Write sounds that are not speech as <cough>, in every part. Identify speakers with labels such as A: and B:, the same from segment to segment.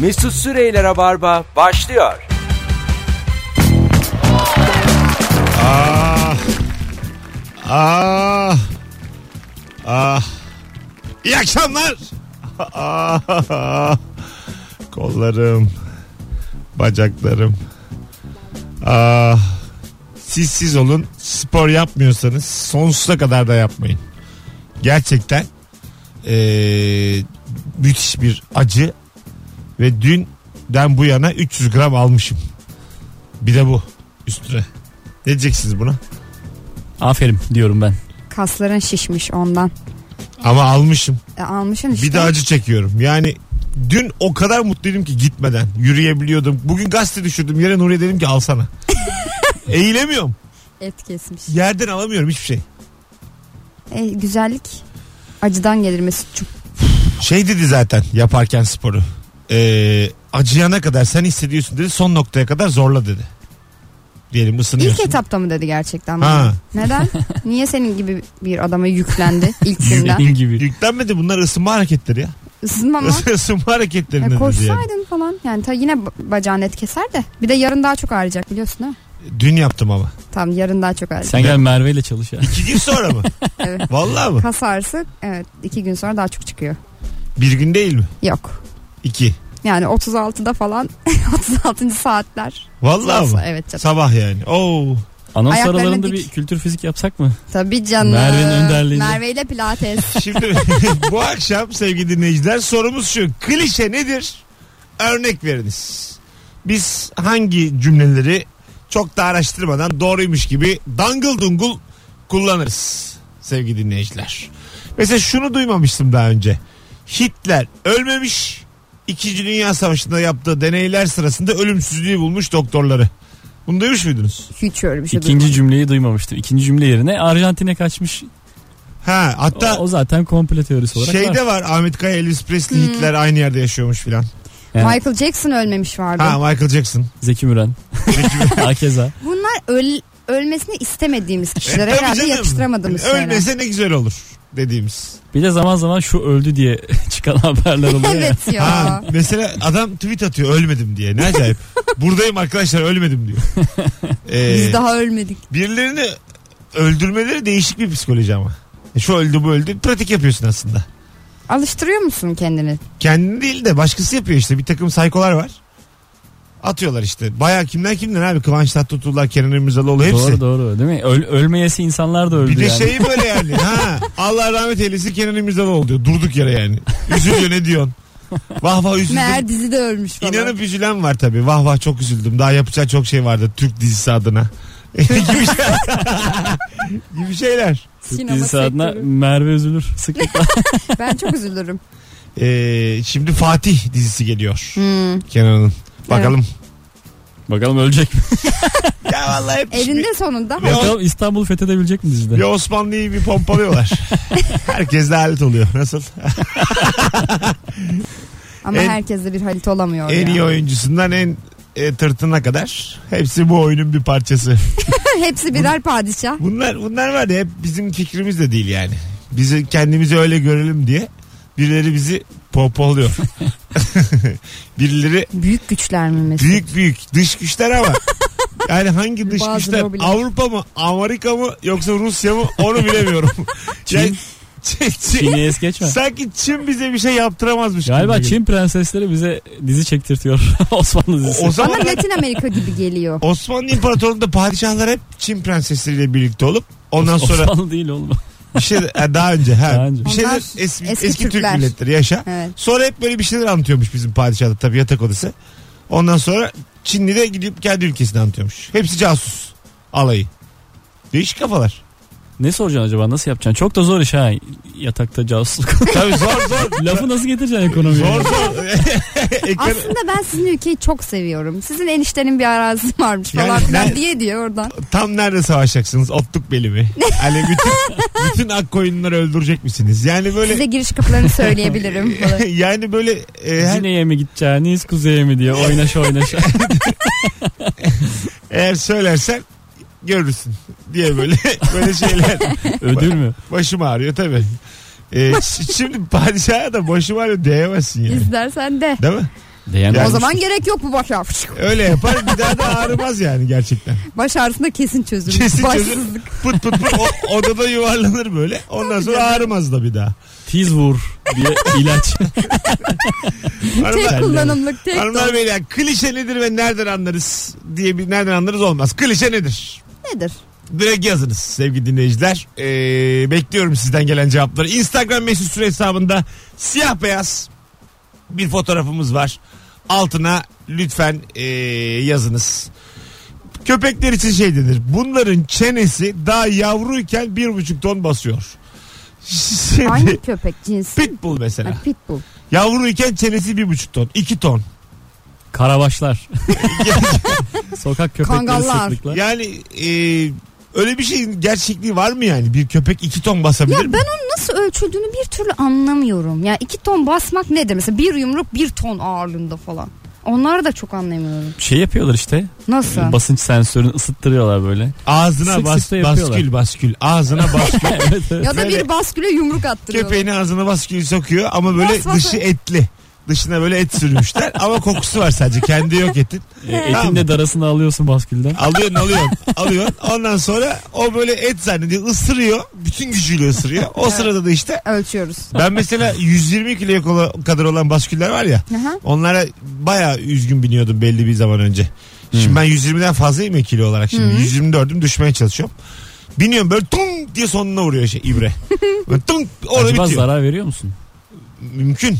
A: Mesut Süreyler'e barba başlıyor.
B: Ah. Ah. İyi akşamlar. Ah. Kollarım. Bacaklarım. Ah. Siz siz olun. Spor yapmıyorsanız sonsuza kadar da yapmayın. Gerçekten eee, müthiş bir acı ve dünden bu yana 300 gram almışım. Bir de bu üstüne. Ne diyeceksiniz buna?
C: Aferin diyorum ben.
D: Kasların şişmiş ondan.
B: Ama almışım.
D: E, almışsın işte.
B: Bir de acı çekiyorum. Yani dün o kadar mutluydum ki gitmeden. Yürüyebiliyordum. Bugün gazete düşürdüm. Yere Nuriye dedim ki
D: <laughs>
B: alsana. Eğilemiyorum.
D: Et kesmiş.
B: Yerden alamıyorum hiçbir şey.
D: E, güzellik acıdan gelir Mesut'cum.
B: Şey dedi zaten yaparken sporu. Ee, acıyana kadar sen hissediyorsun dedi. Son noktaya kadar zorla dedi. Diyelim ısınıyorsun.
D: İlk etapta mı dedi gerçekten bana?
B: Ha.
D: Neden? Niye senin gibi bir adama yüklendi ilk
C: <laughs>
D: günden?
C: Benim gibi.
B: Yüklenmedi bunlar ısınma hareketleri ya.
D: Isınma mı?
B: <laughs> Isınma hareketlerinde
D: Ya
B: dedi yani.
D: koşsaydın falan. Yani ta yine ba- bacağın et keser de. Bir de yarın daha çok ağrıyacak biliyorsun değil mi?
B: Dün yaptım ama.
D: Tamam yarın daha çok ağrıyacak.
C: Sen gel Merve ile çalış ya.
B: İki gün sonra mı?
D: <laughs> Evet.
B: Vallahi mı?
D: Kas ağrısı evet iki gün sonra daha çok çıkıyor.
B: Bir gün değil mi?
D: Yok.
B: İki.
D: Yani 36'da falan <laughs> 36. saatler.
B: Vallahi mı?
D: Evet canım.
B: Sabah yani. Oo.
C: Anons
D: Ayaklarını
C: aralarında
D: dik.
C: bir kültür fizik yapsak mı?
D: Tabii canım.
C: Merve'nin önderliğinde.
D: Merve ile pilates.
B: Şimdi <laughs> bu akşam sevgili dinleyiciler sorumuz şu. Klişe nedir? Örnek veriniz. Biz hangi cümleleri çok da araştırmadan doğruymuş gibi dangıl dungul kullanırız sevgili dinleyiciler. Mesela şunu duymamıştım daha önce. Hitler ölmemiş. İkinci Dünya Savaşı'nda yaptığı deneyler sırasında ölümsüzlüğü bulmuş doktorları. Bunu duymuş muydunuz?
D: Hiç öyle bir şey
C: İkinci cümleyi duymamıştım. İkinci cümle yerine Arjantin'e kaçmış.
B: Ha,
C: O,
B: hatta
C: o zaten komplo teorisi olarak var.
B: şeyde var. Ahmet Kaya, Elvis Presley, Hitler aynı yerde yaşıyormuş filan.
C: Yani
D: Michael Jackson ölmemiş vardı.
B: Ha Michael
D: <laughs>
B: Jackson.
C: Zeki Müren. <laughs> Hakeza.
D: Bunlar öl, ölmesini istemediğimiz kişilere
B: E, Tabii
D: herhalde
B: canım.
D: yakıştıramadığımız şeyler.
B: Ölmese ne güzel olur dediğimiz.
C: Bir de zaman zaman şu öldü diye <laughs> çıkan haberler oluyor ya.
D: <laughs> evet ya.
B: Ha, mesela adam tweet atıyor ölmedim diye. Ne
D: <laughs>
B: acayip. Buradayım arkadaşlar ölmedim diyor. Ee,
D: Biz daha ölmedik.
B: Birilerini öldürmeleri değişik bir psikoloji ama. E, Şu öldü bu öldü. Pratik yapıyorsun aslında.
D: Alıştırıyor musun kendini?
B: Kendini değil de başkası yapıyor işte. Bir takım saykolar var. Atıyorlar işte. Bayağı kimler kimden abi. Kıvanç Tatlıtuğlar, Kenan İmirzalıoğlu hepsi.
C: Doğru doğru değil mi? Öl- ölmeyesi insanlar da öldü
B: Bir de şey-
C: yani.
B: şeyi böyle
C: <laughs>
B: yani. Ha, Allah rahmet eylesin Kenan İmirzalıoğlu diyor. Durduk yere yani. Üzülüyor ne diyorsun? Vah vah üzüldüm.
D: Meğer dizide ölmüş falan.
B: İnanıp üzülen var tabii. Vah vah çok üzüldüm. Daha yapacağı çok şey vardı Türk dizisi adına. <laughs> gibi, şey- gibi şeyler.
C: Türk
D: Sinema
C: dizisi adına
D: sektörü.
C: Merve üzülür
D: <laughs>
C: sıklıkla.
D: Ben
B: <laughs>
D: çok üzülürüm.
B: Ee, şimdi Fatih dizisi geliyor
D: Hmm.
B: Kenan'ın. Bakalım.
C: Bakalım ölecek mi?
B: Ya vallahi hep bir,
D: Elinde sonunda.
B: Ya-
C: Bakalım İstanbul fethedebilecek mi dizide?
B: bir Osmanlı'yı bir
D: <laughs>
B: pompalıyorlar. Herkes de alet oluyor. Nasıl?
D: Ama
B: en-
D: herkes de bir Halit olamıyor
B: En iyi
D: ya.
B: oyuncusundan en e, tırtına kadar hepsi bu oyunun bir parçası.
D: <laughs> Hepsi birer padişah.
B: Bunlar bunlar var ya hep bizim fikrimiz de değil yani. Bizi kendimizi öyle görelim diye birileri bizi popoluyor. <laughs> birileri
D: Büyük güçler mi Mesut?
B: büyük büyük dış güçler ama yani hangi dış
D: Bazı
B: güçler
D: lobiler.
B: Avrupa mı Amerika mı yoksa Rusya mı onu bilemiyorum. <laughs>
C: Çin.
B: Yani Çin- Çin-
C: Çin'i
B: <laughs>
C: es geçme.
B: Sanki Çin bize bir şey yaptıramazmış.
C: Galiba
B: gibi.
C: Çin prensesleri bize dizi çektirtiyor. <laughs> Osmanlı dizisi.
B: O
D: Bana
B: zaman
D: Latin Amerika gibi geliyor.
B: Osmanlı İmparatorluğu'nda padişahlar hep Çin prensesleriyle birlikte olup ondan sonra
C: Osmanlı değil oğlum.
B: bir şey ha, daha önce ha
C: Daha önce.
B: bir şeyler
D: Onlar
B: es- eski,
D: eski
B: Türk
D: Türkler.
B: milletleri yaşa.
D: Evet.
B: Sonra hep böyle bir şeyler anlatıyormuş bizim padişahda tabii yatak odası. Ondan sonra Çinli de gidip kendi ülkesini anlatıyormuş. Hepsi casus alayı. Değişik kafalar.
C: Ne soracaksın acaba? Nasıl yapacaksın? Çok da zor iş ha.
B: <laughs>
C: Yatakta
B: <laughs>
C: casusluk.
B: Tabii zor zor. <laughs>
C: Lafı nasıl getireceksin ekonomiye?
B: zor <laughs> zor. Ekran-
D: Aslında ben sizin ülkeyi çok seviyorum. Sizin eniştenin bir arazisi varmış falan
B: Yani
D: filan
B: ben-
D: diye diyor oradan.
B: Tam nerede savaşacaksınız? Otluk beli mi? Hani
D: <laughs>
B: bütün, bütün akkoyunları öldürecek misiniz? Yani
D: Size
B: böyle
D: giriş
B: <laughs>
D: kapılarını söyleyebilirim falan.
B: yani böyle e, her,
C: Güney'e mi gideceğiniz kuzeye mi diye
B: <laughs>
C: oynaşa oynaşa.
B: eğer söylersen görürsün diye böyle <laughs> böyle şeyler.
C: Ödül mü?
B: Başım ağrıyor tabii. Ee, ş- şimdi padişaha da başım ağrıyor diyemezsin yani.
D: İstersen de.
B: Değil mi?
C: Diyen
B: Yani
D: o
C: olmuş.
D: zaman gerek yok bu baş ağrısı.
B: Öyle yapar bir daha da ağrımaz yani gerçekten.
D: Baş ağrısında kesin çözüm.
B: Kesin
D: Başsızlık.
B: çözüm. Pıt pıt pıt o, odada yuvarlanır böyle. Ondan sonra ağrımaz da bir daha.
C: tiz vur diye
B: <laughs>
C: ilaç.
B: Hanımlar-
D: Tek kullanımlık tek
B: Hanımlar
D: doz.
B: beyler klişe nedir ve nereden anlarız diye bir nereden anlarız olmaz. Klişe nedir?
D: Nedir?
B: Direkt yazınız sevgili dinleyiciler. Ee, bekliyorum sizden gelen cevapları. Instagram mesut süre hesabında siyah beyaz bir fotoğrafımız var. Altına lütfen ee, yazınız. Köpekler için şey denir. Bunların çenesi daha yavruyken bir buçuk ton basıyor. Şimdi
D: Hangi köpek cinsi?
B: pitbull mesela.
D: Ha, pitbull.
B: Yavruyken çenesi bir buçuk ton. iki ton. <laughs>
C: Karabaşlar. Sokak köpekleri
D: Kangallar.
C: sıklıkla.
B: Yani e, öyle bir şeyin gerçekliği var mı yani? Bir köpek iki ton basabilir
D: Ya
B: mi?
D: ben onun nasıl ölçüldüğünü bir türlü anlamıyorum. Ya iki ton basmak nedir? Mesela bir yumruk bir ton ağırlığında falan. Onları da çok anlamıyorum.
C: Şey yapıyorlar işte.
D: Nasıl?
C: Basınç sensörünü
B: <laughs>
C: ısıttırıyorlar böyle.
B: Ağzına
C: Sık
B: bas,
C: sık da yapıyorlar.
B: baskül baskül.
C: <laughs>
B: Ağzına bas.
C: evet, evet.
D: ya da
B: Böyle-
D: bir basküle yumruk attırıyor.
B: Köpeğini ağzına baskül sokuyor ama böyle
D: Bas, bas.
B: dışı etli. Dışına böyle et sürmüşler ama kokusu var sadece. Kendi yok etin.
C: E,
B: Tamam.
C: Etin de darasını alıyorsun baskülden.
B: Alıyorsun alıyorsun alıyorsun. Ondan sonra o böyle et zannediyor. ısırıyor. Bütün gücüyle ısırıyor. O sırada da işte
D: Ölçüyoruz.
B: ben mesela 120 kiloya kola- kadar olan basküller var ya.
D: Aha.
B: Onlara bayağı üzgün biniyordum belli bir zaman önce. Şimdi ben 120'den fazlayım ya kilo olarak şimdi. 124'üm düşmeye çalışıyorum. Biniyorum böyle tung diye sonuna vuruyor şey
D: <laughs>
B: ibre. Böyle tung orada
C: Acaba
B: bitiyor.
C: zarar veriyor musun?
B: Mümkün.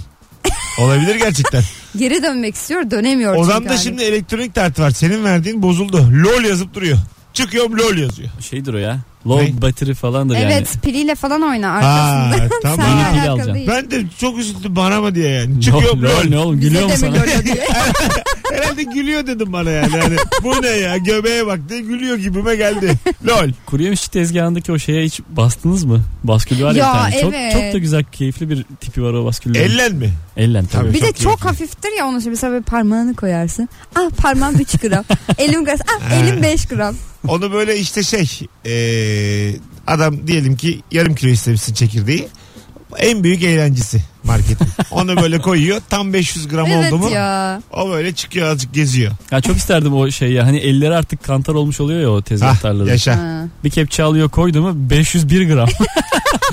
B: Olabilir
D: <laughs>
B: gerçekten.
D: Geri dönmek istiyor dönemiyor çünkü.
B: Odamda
D: hani.
B: şimdi elektronik tartı var. Senin verdiğin bozuldu. LOL yazıp duruyor. Çıkıyorum LOL yazıyor.
C: Şeydir o ya.
B: Ne?
C: Low battery falandır yani.
D: Evet piliyle falan oyna
B: Ha,
D: <laughs> arkasında.
B: tamam.
D: Seninle
C: Yeni pil
D: alakalı
C: alacağım.
D: değil.
B: Ben de çok üzüldüm bana mı diye yani.
C: Lol-
B: Çıkıyorum
C: lol
B: LOL.
C: ne oğlum
D: Bize
C: gülüyor
D: de
C: musun?
D: mi görüyor diye.
B: Herhalde gülüyor dedim bana yani. yani. Bu ne ya göbeğe bak diye gülüyor gibime geldi. LOL.
C: Kuru yemiş tezgahındaki o şeye hiç bastınız mı? Baskülü var ya,
D: Ya,
C: bir tane. Çok,
D: evet.
C: çok da güzel keyifli bir tipi var o baskülün.
B: Ellen mi?
C: Ellen tabii.
B: Tabii.
D: Bir de
B: Çok
D: çok
B: keyifli.
D: hafiftir ya onun için mesela böyle parmağını koyarsın. Ah parmağım 3
C: <laughs>
D: gram. elim kaç? Ah
B: Ha.
D: elim 5 gram.
B: Onu böyle işte şey eee, adam diyelim ki yarım kilo istemişsin çekirdeği. En büyük eğlencesi marketin. Onu böyle koyuyor. Tam 500 gram
D: evet
B: oldu mu?
D: ya.
B: O böyle çıkıyor azıcık geziyor.
C: Ya çok isterdim o şey ya. Hani elleri artık kantar olmuş oluyor ya o
B: Hah,
C: tezgahtarların.
B: Ah, yaşa.
D: Ha.
C: bir kepçe alıyor koydu mu 501 gram.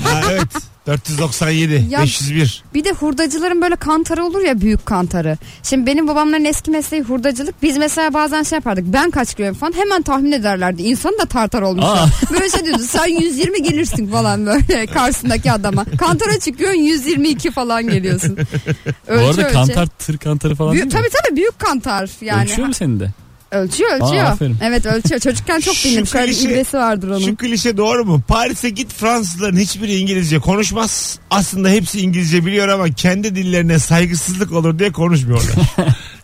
B: Ha, evet. 497,
D: Ya-
B: 501.
D: Bir de hurdacıların böyle kantarı olur ya büyük kantarı. Şimdi benim babamların eski mesleği hurdacılık. Biz mesela bazen şey yapardık. Ben kaç kiloyum falan hemen tahmin ederlerdi. İnsanı da tartar olmuş.
C: Aa,
D: <laughs> Böyle şey diyordu. Sen 120 gelirsin
C: <laughs>
D: falan böyle karşısındaki adama. Kantara çıkıyorsun 122 falan geliyorsun.
C: bu
D: <laughs> Ölçü
C: arada
D: ölçü.
C: kantar tır kantarı falan
D: Büyük,
C: değil mi?
D: tabii tabii büyük kantar yani.
C: Ölçüyor mu senin de?
D: Ölçüyor ölçüyor.
C: Aa, aferin.
D: evet ölçüyor. Çocukken
B: <laughs>
D: çok
B: Şu
D: bildim. Şöyle bir
B: klişe-
D: ibresi vardır onun.
B: Şu klişe doğru mu? Paris'e git Fransızların hiçbiri İngilizce konuşmaz. Aslında hepsi İngilizce biliyor ama kendi dillerine saygısızlık olur diye konuşmuyorlar.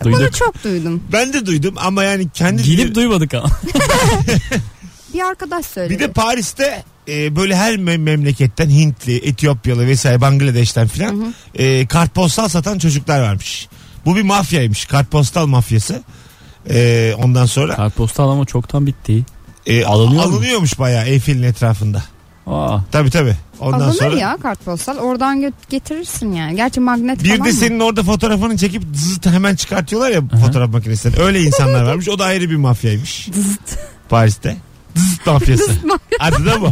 D: Bunu
C: Duyduk.
D: çok duydum.
B: ben de duydum ama yani kendi dil-
C: Gidip duymadık ama.
D: Bir arkadaş söyledi.
B: Bir de Paris'te e, böyle her mem- memleketten Hintli, Etiyopyalı vesaire Bangladeş'ten filan e, kartpostal satan çocuklar varmış. Bu bir mafyaymış. Kartpostal mafyası. E, ondan sonra
C: <laughs> Kartpostal ama çoktan bitti.
B: e,
C: alınıyor mu?
B: alınıyormuş bayağı Eyfel'in etrafında.
C: Aa,
B: Tabii tabii. Ondan
D: Alınır
B: sonra
D: ya kartpostal. Oradan gö- getirirsin yani. Gerçi magnet
B: bir
D: falan
B: de
D: mı? <laughs>
B: senin orada fotoğrafını çekip zıt hemen çıkartıyorlar ya fotoğraf makinesinden. Öyle insanlar varmış. O da ayrı bir mafyaymış. Paris'te. Zıt mafyası. Adı da bu.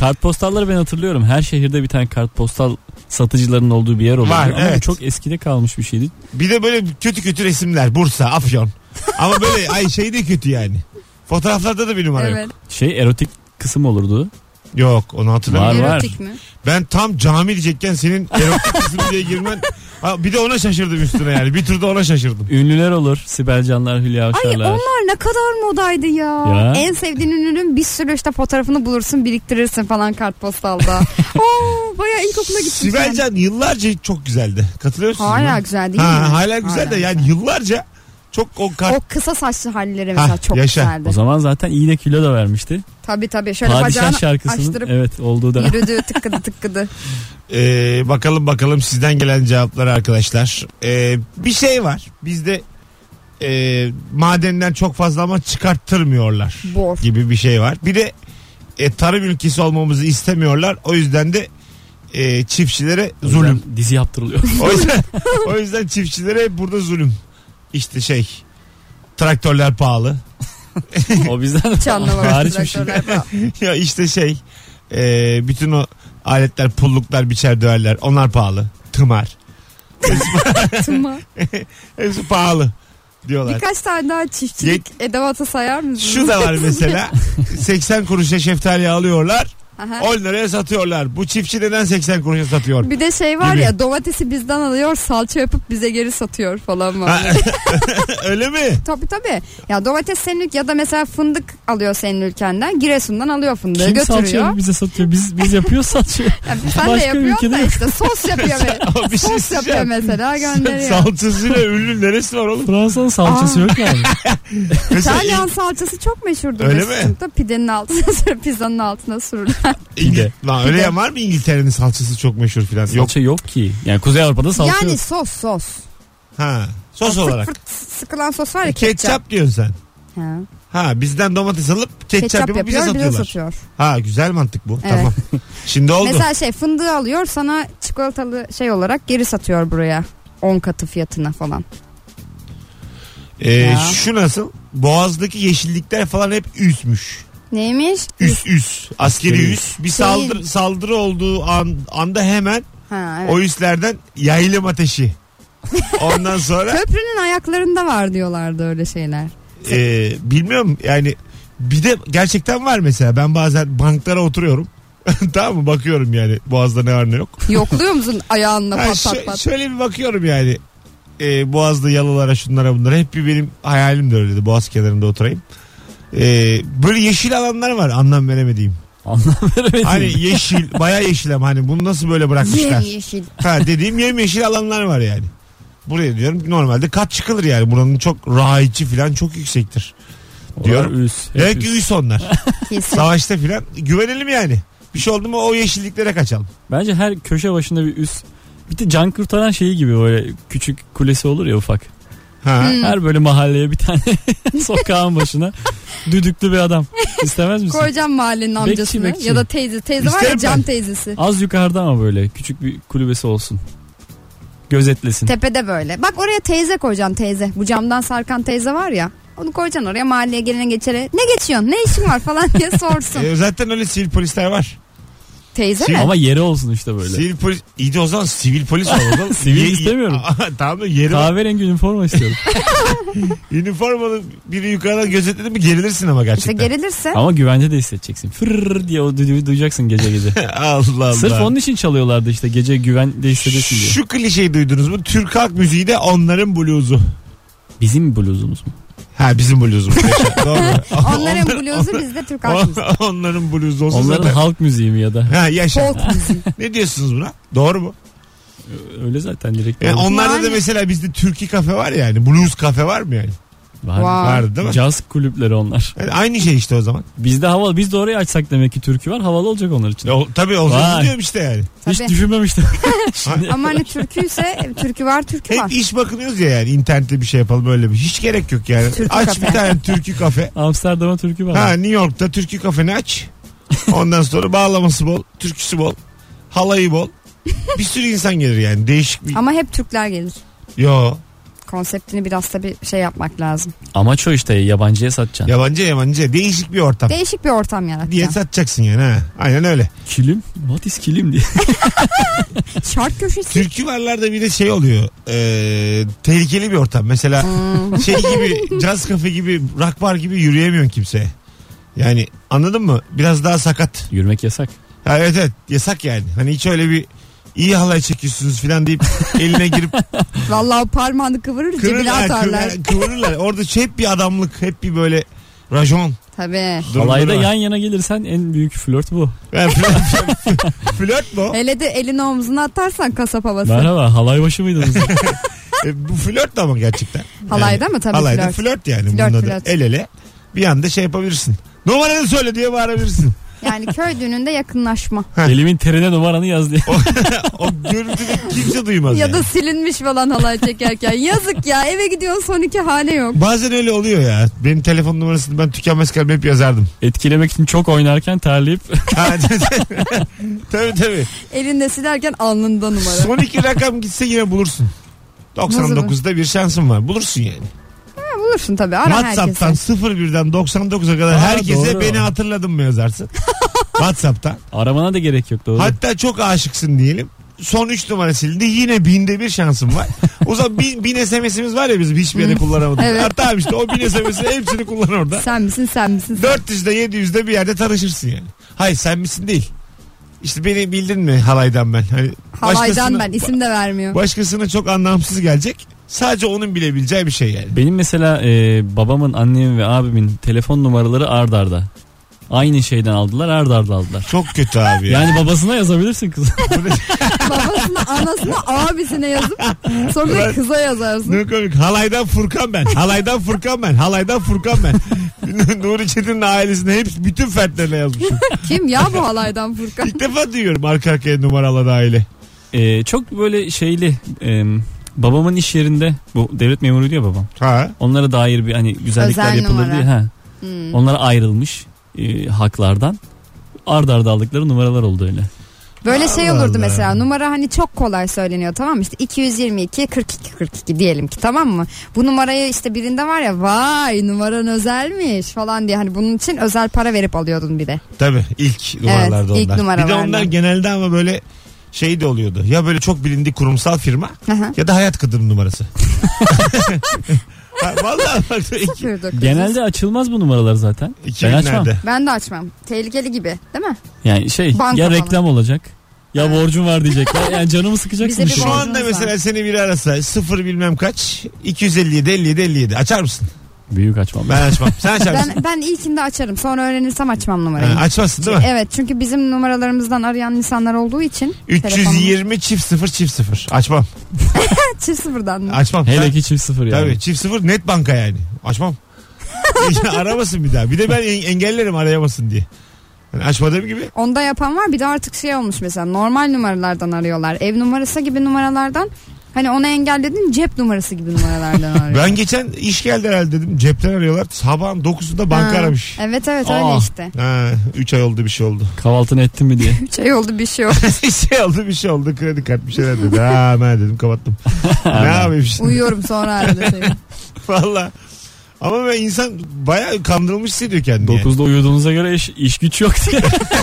C: kartpostalları ben hatırlıyorum. Her şehirde bir tane kartpostal satıcıların olduğu bir yer oluyor.
B: Var,
C: ama
B: evet.
C: bu çok eskide kalmış bir şeydi.
B: Bir de böyle kötü kötü resimler. Bursa, Afyon. Ama
D: <laughs>
B: böyle ay şey de kötü yani. Fotoğraflarda da bir numara yok.
D: Evet.
C: Şey erotik kısım olurdu.
B: Yok onu hatırlamıyorum.
C: Var, var.
D: Erotik mi?
B: Ben tam cami diyecekken senin erotik kısmı diye girmen. Ha, bir de ona şaşırdım üstüne yani. Bir turda ona şaşırdım.
C: Ünlüler olur. Sibel Canlar, Hülya
D: Ay
C: Avşarlar.
D: onlar ne kadar modaydı ya.
C: Ya.
D: En sevdiğin ünlünün bir sürü işte fotoğrafını bulursun biriktirirsin
B: <laughs>
D: falan kartpostalda. Oo bayağı ilkokula gittim.
B: Sibel Can yıllarca çok güzeldi. Katılıyor musunuz?
D: Hala
B: buna?
D: güzel değil mi?
B: ha, hala güzel de yani
D: güzel.
B: yıllarca çok o kar...
D: O kısa saçlı halleri mesela
B: Hah,
D: çok
B: yaşa.
D: güzeldi.
C: O zaman zaten iyi de kilo da vermişti.
D: Tabii tabii şöyle bacağını
C: Padişah şarkısının
D: açtırıp
C: evet olduğu dönem.
D: yürüdü tıkkıdı tıkkıdı.
B: Ee, bakalım bakalım sizden gelen cevapları arkadaşlar. Ee, bir şey var. Bizde e, madenden çok fazla ama çıkarttırmıyorlar.
D: Bor.
B: gibi bir şey var. Bir de e, tarım ülkesi olmamızı istemiyorlar. O yüzden de e, çiftçilere
C: O yüzden
B: zulüm.
C: Dizi
D: <laughs>
C: yaptırılıyor.
B: O yüzden, <laughs> o yüzden çiftçilere hep burada zulüm. İşte şey traktörler pahalı.
C: o bizden
D: Hiç anlamadım.
C: hariç bir şey.
D: <laughs> Traktörler.
B: <laughs> ya işte şey e, bütün o aletler pulluklar biçer döverler onlar pahalı. Tımar.
C: <laughs>
D: Tımar.
B: Hepsi pahalı diyorlar.
D: Birkaç tane daha çiftçilik edebata sayar mısınız?
B: Şu da var mesela 80 kuruşa şeftali alıyorlar
D: Aha.
B: 10 liraya satıyorlar. Bu çiftçi neden 80 kuruşa satıyor?
D: Bir de şey var
B: Gibi.
D: ya domatesi bizden alıyor salça yapıp bize geri satıyor falan var.
B: Ha, <laughs> Öyle mi?
D: Tabii tabii. Ya domates senin ülk- ya da mesela fındık alıyor senin ülkenden. Giresun'dan alıyor fındığı
C: Kim
D: götürüyor.
C: salçayı bize satıyor? Biz biz yapıyoruz
D: <laughs>
C: salçayı.
D: Ya sen de
C: Başka
D: yapıyorsun
C: ülkede
D: da
C: yok.
D: işte sos
C: <laughs>
D: yapıyor. me-
B: Ama bir şey
D: sos yapıyor
B: söyleyeceğim.
D: mesela gönderiyor.
B: Salçasıyla ünlü neresi var oğlum?
C: Fransa'nın salçası
D: Aa.
C: yok mu
D: <laughs>
C: abi?
B: <laughs> Mesela
D: İtalyan salçası çok meşhurdur.
B: Öyle
D: Mesut'um da Pidenin altına sür, pizzanın altına sürülür.
B: İngil-
C: Pide.
B: Lan öyle
D: Pide.
B: yan var mı İngiltere'nin salçası çok meşhur filan? Yok.
C: Salça yok ki. Yani Kuzey Avrupa'da salça
D: yani
C: yok.
D: sos sos.
B: Ha. Sos
D: Fırt
B: olarak.
D: fırt sıkılan sos
C: E,
D: var ya ketçap.
B: Ketçap diyorsun sen.
D: Ha.
B: Ha bizden domates alıp ketçap,
D: Ketçap,
B: yapıp bize
D: yapıyor bize,
B: satıyorlar.
D: satıyor.
B: Ha güzel mantık bu.
D: Evet.
B: Tamam.
D: <laughs>
B: Şimdi oldu.
D: Mesela şey fındığı alıyor sana çikolatalı şey olarak geri satıyor buraya. 10 katı fiyatına falan.
B: Ee,
D: Ya.
B: şu nasıl? Boğaz'daki yeşillikler falan hep üsmüş.
D: Neymiş?
B: Üs üs. Askeri
C: Askeri
B: üs.
D: Şey-
B: Bir saldırı, saldırı olduğu an, anda hemen
D: Ha, evet.
B: o üslerden yaylım
D: <laughs>
B: ateşi. Ondan sonra
D: Köprünün ayaklarında var diyorlardı öyle şeyler.
B: e, bilmiyorum yani bir de gerçekten var mesela ben bazen banklara oturuyorum. <laughs> tamam mı? Bakıyorum yani boğazda ne var ne yok. <laughs>
D: Yokluyor musun ayağınla
B: Ha, şey,
D: pat
B: şö-
D: pat pat?
B: Şöyle bir bakıyorum yani. Ee, Boğaz'da yalılara şunlara bunlara. Hep bir benim hayalim de öyleydi. Boğaz kenarında oturayım. Ee, böyle yeşil alanlar var anlam veremediğim.
C: Anlam veremedim.
B: Hani yeşil baya yeşil ama hani bunu nasıl böyle bırakmışlar.
D: yeşil.
B: ha dediğim yemyeşil alanlar var yani. Buraya diyorum normalde kat çıkılır yani. Buranın çok rahiçi falan çok yüksektir. diyorum.
C: Oralar üst. hep
B: Demek ki
C: üst.
B: üs onlar.
C: <laughs>
D: Kesin.
B: Savaşta falan. Güvenelim yani. Bir şey oldu mu o yeşilliklere kaçalım.
C: Bence her köşe başında bir üst. Bir de can kurtaran şeyi gibi böyle küçük kulesi olur ya ufak.
B: Ha.
D: Hmm.
C: Her böyle mahalleye bir tane <laughs> sokağın
D: <laughs>
C: başına düdüklü bir adam. İstemez misin?
D: Koyacağım mahallenin amcasını
C: bekçi.
D: ya da teyze. Teyze var ya
B: İsterim ben.
D: cam teyzesi.
C: Az yukarıda ama böyle küçük bir kulübesi olsun. Gözetlesin.
D: Tepede böyle. Bak oraya teyze koyacaksın teyze. Bu camdan sarkan teyze var ya. Onu koyacaksın oraya mahalleye gelene geçere. Ne geçiyorsun? Ne işin var falan diye
B: <laughs>
D: sorsun.
B: Ee, zaten öyle sivil polisler var.
D: teyze
B: Şey-
D: mi?
C: ama yeri olsun işte böyle.
B: Sivil polis. İyi de o zaman sivil polis olalım.
C: <laughs> Sivil istemiyorum.
B: <laughs> tamam da yeri
C: Kahverengi üniforma istiyorum.
D: <laughs>
B: üniformalı biri yukarıdan gözetledi mi gerilirsin ama
D: İşte
B: gerçekten.
D: gerilirse.
C: ama güvence de hissedeceksin. Fırr diye o düdüğü duyacaksın gece gece.
B: <laughs> <laughs> Allah Allah.
C: Sırf onun için çalıyorlardı işte gece güven de hissedesin diye.
B: Şu klişeyi duydunuz mu? Türk halk müziği de onların bluzu.
C: Bizim bluzumuz mu?
B: Ha bizim bluzumuz. Yaşa, Doğru.
D: Onların bluzu bizde Türk halkımız.
B: On- <laughs> onların bluzu olsa
C: Onların
B: zaten.
C: halk müziği mi ya da?
B: Ha yaşa.
D: Folk müziği.
B: ne diyorsunuz buna? Doğru mu?
C: Öyle zaten direkt.
B: Yani onlarda da
D: Yani.
B: mesela bizde Türkü kafe var ya yani. Blues kafe var mı yani?
C: Var.
D: Vay.
B: Vardı değil mi?
C: Caz kulüpleri onlar.
B: Yani aynı şey işte o zaman.
C: Bizde havalı. Biz de orayı açsak demek ki türkü var. Havalı olacak onlar için.
B: Ya O, tabii o zaman
C: Vay.
B: diyorum işte yani.
C: Hiç
D: Tabii.
C: düşünmemiştim. <laughs>
D: Ama hani türküyse türkü var türkü
B: Hep
D: var.
B: iş bakınıyoruz ya yani internette bir şey yapalım öyle bir. Hiç gerek yok yani.
D: Türkü
B: aç
D: kafe.
B: bir tane türkü kafe.
C: Amsterdam'a türkü var.
B: ha New York'ta türkü kafeni aç. Ondan sonra bağlaması bol, türküsü bol, halayı bol. Bir sürü insan gelir yani değişik bir...
D: Ama hep Türkler gelir.
B: Yo
D: Konseptini biraz da bir şey yapmak lazım.
C: Amaç o işte yabancıya satacaksın.
B: yabancı yabancı değişik bir ortam.
D: Değişik bir ortam yaratacağım.
B: diye satacaksın yani ha. Aynen öyle.
C: Kilim? What is kilim diye. <laughs>
D: Şark köşesi.
B: Türkü varlarda bir de şey oluyor. Ee, tehlikeli bir ortam. Mesela
D: Hmm.
B: şey gibi caz kafe gibi rock bar gibi yürüyemiyorsun kimseye. Yani anladın mı? Biraz daha sakat.
C: Yürümek yasak.
B: Ha, evet evet yasak yani. Hani hiç öyle bir iyi halay çekiyorsunuz falan deyip eline
D: <laughs>
B: girip
D: Vallahi parmağını kıvırır cebine
B: kırırlar,
D: atarlar.
B: kıvırırlar, kıvırırlar. Orada şey hep bir adamlık hep bir böyle rajon.
D: Tabii.
B: durumları
C: Halayda
B: var.
C: yan yana gelirsen en büyük flört bu.
B: Yani flört, <laughs> flört mü? o?
D: Hele de elini omzuna atarsan kasap havası.
C: Merhaba halay başı mıydınız?
B: E, bu flört ama gerçekten.
D: Halayda mı? Tabii
B: Halayda flört,
D: flört.
B: yani.
D: Flört,
B: Bunun adı
D: flört. <laughs>
B: El ele bir anda şey yapabilirsin. Numaranı söyle diye bağırabilirsin.
D: Yani köy düğününde yakınlaşma.
C: Elimin terine numaranı yaz diye.
B: o görüntüde kimse duymaz.
D: ya
B: yani.
D: da silinmiş falan halay çekerken. Yazık ya eve gidiyorsun son iki hale yok.
B: Bazen öyle oluyor ya. Benim telefon numarasını ben tükenmez kalbim hep
D: <laughs>
B: yazardım.
C: Etkilemek için çok oynarken terleyip <laughs>
B: Ha, tabii tabii.
D: Elinde silerken alnında numara.
B: Son iki rakam gitse yine bulursun. 99'da bir şansın var. Bulursun yani.
D: Ha, bulursun tabii ara
B: WhatsApp'tan
D: herkesi.
B: 01'den 99'a kadar
C: Aa,
B: herkese
C: doğru.
B: beni hatırladın mı
D: <laughs>
B: yazarsın. WhatsApp'tan.
C: aramana da gerek yok doğru.
B: Hatta çok aşıksın diyelim. Son 3 numara silindi. Yine binde bir şansın var. O zaman bin, bin SMS'imiz var ya bizim hiçbir yere kullanamadık.
D: Evet.
B: Hatta abi işte o bin SMS'ini hepsini kullan orada.
D: Sen misin sen misin?
B: 400'de 700'de bir yerde tanışırsın yani. Hayır sen misin değil. İşte beni bildin mi halaydan ben. Hani
D: Halaydan
B: başkasına-
D: ben isim de vermiyor.
B: Başkasına çok anlamsız gelecek. Sadece onun bilebileceği bir şey yani.
C: Benim mesela e, babamın, annemin ve abimin telefon numaraları ard arda. Aynı şeyden aldılar ard arda aldılar.
B: Çok kötü abi ya.
C: Yani babasına yazabilirsin kız. <laughs>
D: Babasına anasına
B: <laughs>
D: abisine yazıp sonra da kıza yazarsın.
B: Ne komik. Halaydan Furkan ben. Halaydan Furkan ben. Halaydan Furkan ben. <laughs> Nuri Çetin'in ailesine hepsi bütün fertlerine yazmışım.
D: Kim ya bu
B: <laughs>
D: halaydan Furkan?
B: İlk defa duyuyorum arka arkaya numaralı aile.
C: E, çok böyle şeyli e, babamın iş yerinde bu devlet memuruydu ya babam.
B: Ha.
C: Onlara dair bir hani güzellikler
D: Özel
C: yapılır
D: numara.
C: diye. Ha.
D: Hmm.
C: Onlara ayrılmış e, haklardan. Ard arda aldıkları numaralar oldu öyle.
D: Böyle şey olurdu
B: Allah.
D: mesela numara hani çok kolay söyleniyor tamam mı? İşte 222 42 42 diyelim ki tamam mı? Bu numarayı işte birinde var ya vay numaran özelmiş falan diye hani bunun için özel para verip alıyordun bir de.
B: Tabii ilk numaralarda
D: ilk
B: onlar. bir de
D: numaralarda.
B: onlar genelde ama böyle şey de oluyordu. Ya böyle çok bilindik kurumsal firma
D: Hı hı.
B: ya da hayat kadın
D: <laughs>
B: numarası. Ha, Vallahi bak iki-
D: Sıfır dokuz.
C: Genelde açılmaz bu numaralar zaten.
B: iki
C: Ben açmam.
B: günlerde.
D: Ben de açmam. Tehlikeli gibi değil mi?
C: Yani şey
D: Banka
C: ya
D: falan.
C: reklam olacak ya
D: Ha.
C: borcum var
D: <laughs>
C: diyecekler. Yani canımı sıkacaksın
D: Bize bir
C: bir
B: Şu
D: borcun
B: anda
D: var.
B: mesela seni biri arasa sıfır bilmem kaç 257 57 57 açar mısın?
C: Büyük açmam.
B: Ben açmam. Sen açar mısın?
D: Ben ben ilkinde açarım. Sonra öğrenirsem açmam numarayı.
B: Ha, açmazsın değil mi?
D: Evet çünkü bizim numaralarımızdan arayan insanlar olduğu için
B: 320 çift sıfır çift sıfır. Açmam.
D: çift sıfırdan mı?
B: Açmam.
C: Hele
B: Sen-
C: ki çift sıfır yani.
B: Tabii çift sıfır net banka yani. Açmam. <laughs> Ya Aramasın bir daha. Bir de ben en- engellerim arayamasın diye. Yani açmadığım gibi.
D: Onda yapan var bir de artık şey olmuş mesela normal numaralardan arıyorlar. Ev numarası gibi numaralardan hani onu engelledin cep numarası gibi numaralardan
B: <laughs>
D: arıyor.
B: Ben geçen iş geldi herhalde dedim. Cepten arıyorlar. Sabahın 9'unda banka
D: Ha,
B: aramış.
D: Evet evet öyle
C: Aa.
D: işte.
B: Ha, 3 ay oldu bir şey oldu. <laughs>
C: Kahvaltını ettin mi diye.
D: 3 ay oldu bir şey oldu.
B: bir şey oldu bir şey oldu. Kredi kart bir şeyler dedi. Ha ben dedim kapattım. ne yapayım şimdi? <laughs>
D: Uyuyorum sonra arada şey.
B: Valla. Ama ben insan bayağı kandırılmış hissediyor kendini. yani.
C: 9'da uyuduğunuza göre iş, iş güç yok diye. <laughs>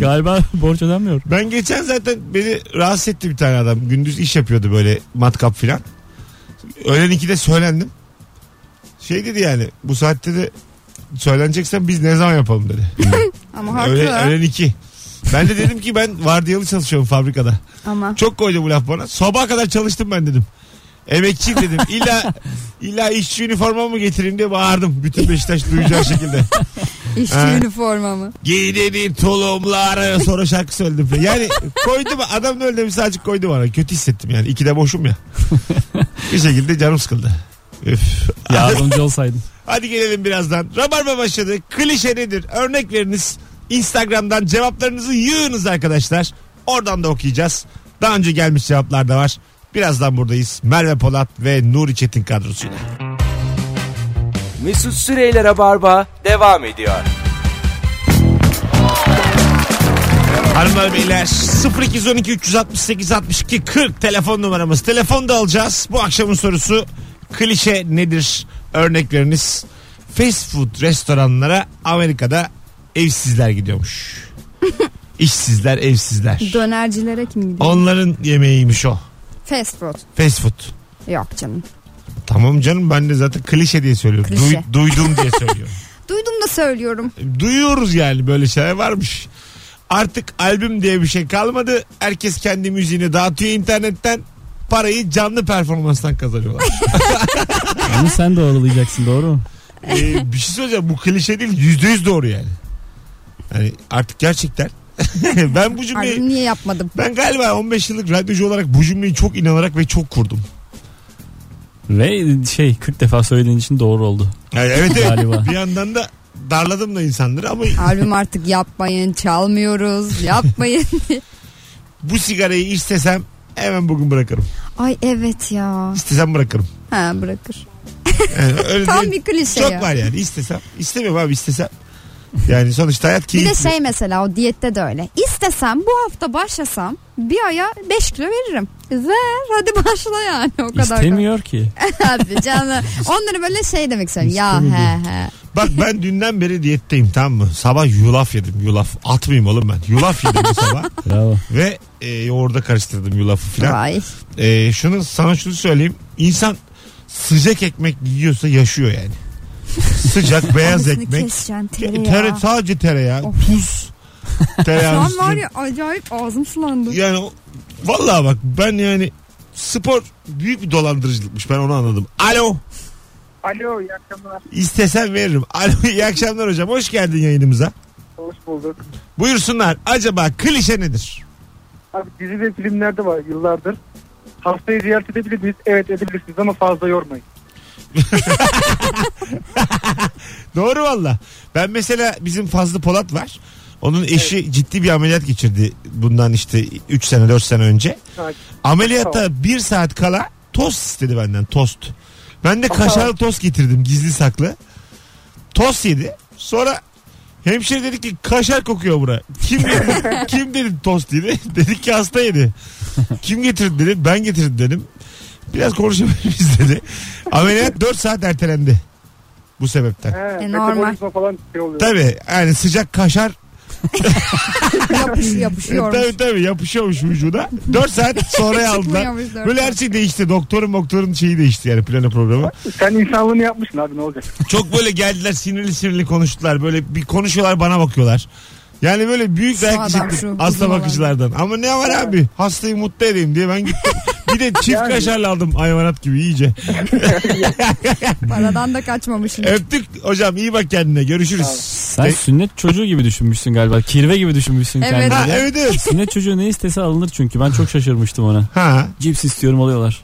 C: Galiba borç ödenmiyor.
B: Ben geçen zaten beni rahatsız etti bir tane adam. Gündüz iş yapıyordu böyle matkap filan. Öğlen 2'de söylendim. Şey dedi yani bu saatte de söyleneceksen biz ne zaman yapalım dedi.
D: Ama haklı
B: Öğlen, öğlen 2. Ben de dedim ki ben vardiyalı çalışıyorum fabrikada.
D: ama.
B: Çok koydu bu laf bana. Sabaha kadar çalıştım ben dedim. Emekçi dedim. İlla illa işçi üniformamı mı getireyim diye bağırdım. Bütün Beşiktaş duyacağı şekilde.
D: İşçi
B: Ha.
D: üniformamı.
B: Giydiğin tulumları sonra şarkı söyledim falan. Yani koydu mu adam da öyle bir sadece koydu bana. Kötü hissettim yani. İkide boşum ya. bir şekilde canım sıkıldı. Üf.
C: Yardımcı olsaydın.
B: Hadi gelelim birazdan. Rabarba başladı. Klişe nedir? Örnek veriniz. Instagram'dan cevaplarınızı yığınız arkadaşlar. Oradan da okuyacağız. Daha önce gelmiş cevaplar da var. Birazdan buradayız. Merve Polat ve Nuri Çetin kadrosuyla.
A: Mesut Süreyler'e barba devam ediyor.
B: Hanımlar beyler 0212 368 62 40 telefon numaramız. Telefon da alacağız. Bu akşamın sorusu klişe nedir? Örnek veriniz. Fast food restoranlara Amerika'da evsizler gidiyormuş. İşsizler, evsizler.
D: Dönercilere kim gidiyor?
B: Onların yemeğiymiş o.
D: Fast food.
B: Fast food.
D: Yok canım.
B: Tamam canım ben de zaten klişe diye söylüyorum.
D: Klişe.
B: Duy- duydum diye söylüyorum.
D: Duydum da söylüyorum.
B: Duyuyoruz yani böyle şeyler varmış. Artık albüm diye bir şey kalmadı. Herkes kendi müziğini dağıtıyor internetten. Parayı canlı performanstan
D: <laughs>
B: kazanıyorlar.
C: Onu sen doğrulayacaksın doğru mu?
B: Ee, bir şey söyleyeceğim bu klişe değil yüzde yüz doğru yani. Yani artık gerçekten <laughs> ben bu cümleyi
D: Albüm niye yapmadım?
B: ben galiba 15 yıllık radyocu olarak bu cümleyi çok inanarak ve çok kurdum.
C: Ve şey 40 defa söylediğin için doğru oldu.
B: Yani evet evet
C: Galiba.
B: bir yandan da darladım da insanları ama
D: Albüm artık yapmayın, çalmıyoruz, yapmayın.
B: bu sigarayı istesem hemen bugün bırakırım.
D: Ay evet ya.
B: İstesem bırakırım.
D: Ha bırakır.
B: Yani öyle
D: Tam
B: değil.
D: bir klişe
B: Çok
D: ya.
B: var yani istesem. İstemiyorum abi istesem. Yani sonuçta hayat
D: Bir
B: keyifli.
D: de şey mesela o diyette de öyle. İstesem bu hafta başlasam bir aya 5 kilo veririm. Ver hadi başla yani o kadar. <laughs>
C: İstemiyor ki.
D: Hadi canım. Onları böyle şey demek istiyorum. Ya
C: İstemiyor.
D: he he.
B: Bak ben dünden beri diyetteyim tamam mı? Sabah yulaf yedim yulaf. Atmayayım oğlum ben. Yulaf yedim bu
D: <laughs>
B: sabah.
C: Bravo.
B: Ve e, yoğurda karıştırdım yulafı filan.
D: Vay.
B: E, şunu sana şunu söyleyeyim. İnsan sıcak ekmek yiyorsa yaşıyor yani.
D: <laughs>
B: Sıcak beyaz
D: Anasını
B: ekmek.
D: keseceksin,
B: Tere,
D: tereyağı.
B: sadece tereyağı.
D: Of.
B: Tuz.
D: Şu
B: Tereyağı.
D: an var ya acayip ağzım sulandı.
B: Yani o- vallahi bak ben yani spor büyük bir dolandırıcılıkmış ben onu anladım. Alo.
E: Alo iyi akşamlar.
B: İstesen veririm. <laughs> Alo iyi akşamlar hocam. Hoş geldin yayınımıza.
E: Hoş bulduk.
B: Buyursunlar. Acaba klişe nedir?
E: Abi dizi ve filmlerde var yıllardır. Hastayı ziyaret edebilir miyiz? Evet edebilirsiniz ama fazla yormayın.
B: Doğru valla. Ben mesela bizim Fazlı Polat var. Onun eşi ciddi bir ameliyat geçirdi bundan işte 3 sene 4 sene önce.
E: Ha,
B: Ameliyatta 1 saat kala tost istedi benden tost. Ben de kaşarlı tost getirdim gizli saklı. Tost yedi. Sonra hemşire dedi ki kaşar kokuyor bura. Kim dedi, kim dedi tost yedi? <laughs> Dedik ki hasta yedi. Kim getirdi dedi? Ben getirdim dedim. Biraz konuşabiliriz <laughs> dedi. Ameliyat 4 saat ertelendi. Bu sebepten.
E: He,
D: E, normal.
E: metabolizma falan şey oluyor.
B: Tabii yani sıcak kaşar
D: Yapış,
B: e,
D: yapışıyormuş.
B: tabii tabii yapışıyormuş vücuda. 4 saat sonra aldılar.
D: Çıkmıyormuş dört
B: Böyle her şey değişti. Doktorun doktorun şeyi değişti yani planı programı.
E: Sen insanlığını yapmışsın abi ne olacak?
B: Çok böyle geldiler sinirli sinirli konuştular. Böyle bir konuşuyorlar bana bakıyorlar. Yani böyle büyük
D: Şu
B: dayak
D: adam,
B: yiyecektik
D: şu
B: hasta
D: bizim olan.
B: bakıcılardan. Ama ne var abi hastayı mutlu edeyim diye ben gittim. Bir de çift
E: Yani.
B: kaşarlı aldım hayvanat gibi iyice.
D: Paradan da kaçmamışım.
B: Öptük hocam iyi bak kendine görüşürüz.
C: Sen sünnet çocuğu gibi düşünmüşsün galiba. Kirve gibi düşünmüşsün
D: Evet.
C: kendini.
B: Ha evet evet.
C: Sünnet çocuğu ne istese alınır çünkü. Ben çok şaşırmıştım ona.
B: Ha.
C: Cips istiyorum
D: <laughs>
C: alıyorlar.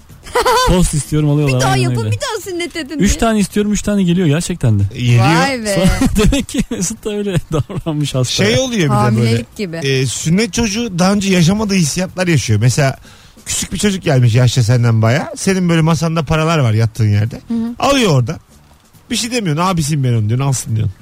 C: Tost istiyorum alıyorlar.
D: Bir daha
C: Aynen
D: yapın
C: öyle.
D: bir daha sünnet edin.
C: Üç
D: diye.
C: tane istiyorum üç tane geliyor gerçekten de.
B: Yeriyor.
D: Vay be.
C: Sonra <laughs> demek ki Mesut da öyle <laughs> davranmış hasta.
B: Şey oluyor bir de böyle.
D: Hamilelik gibi.
B: e, sünnet çocuğu daha önce yaşamadığı hissiyatlar yaşıyor. Mesela küçük bir çocuk gelmiş yaşça senden baya. Senin böyle masanda paralar var yattığın yerde. Alıyor orada. Bir şey demiyorsun. Abisin ben onu diyorsun. Alsın diyorsun.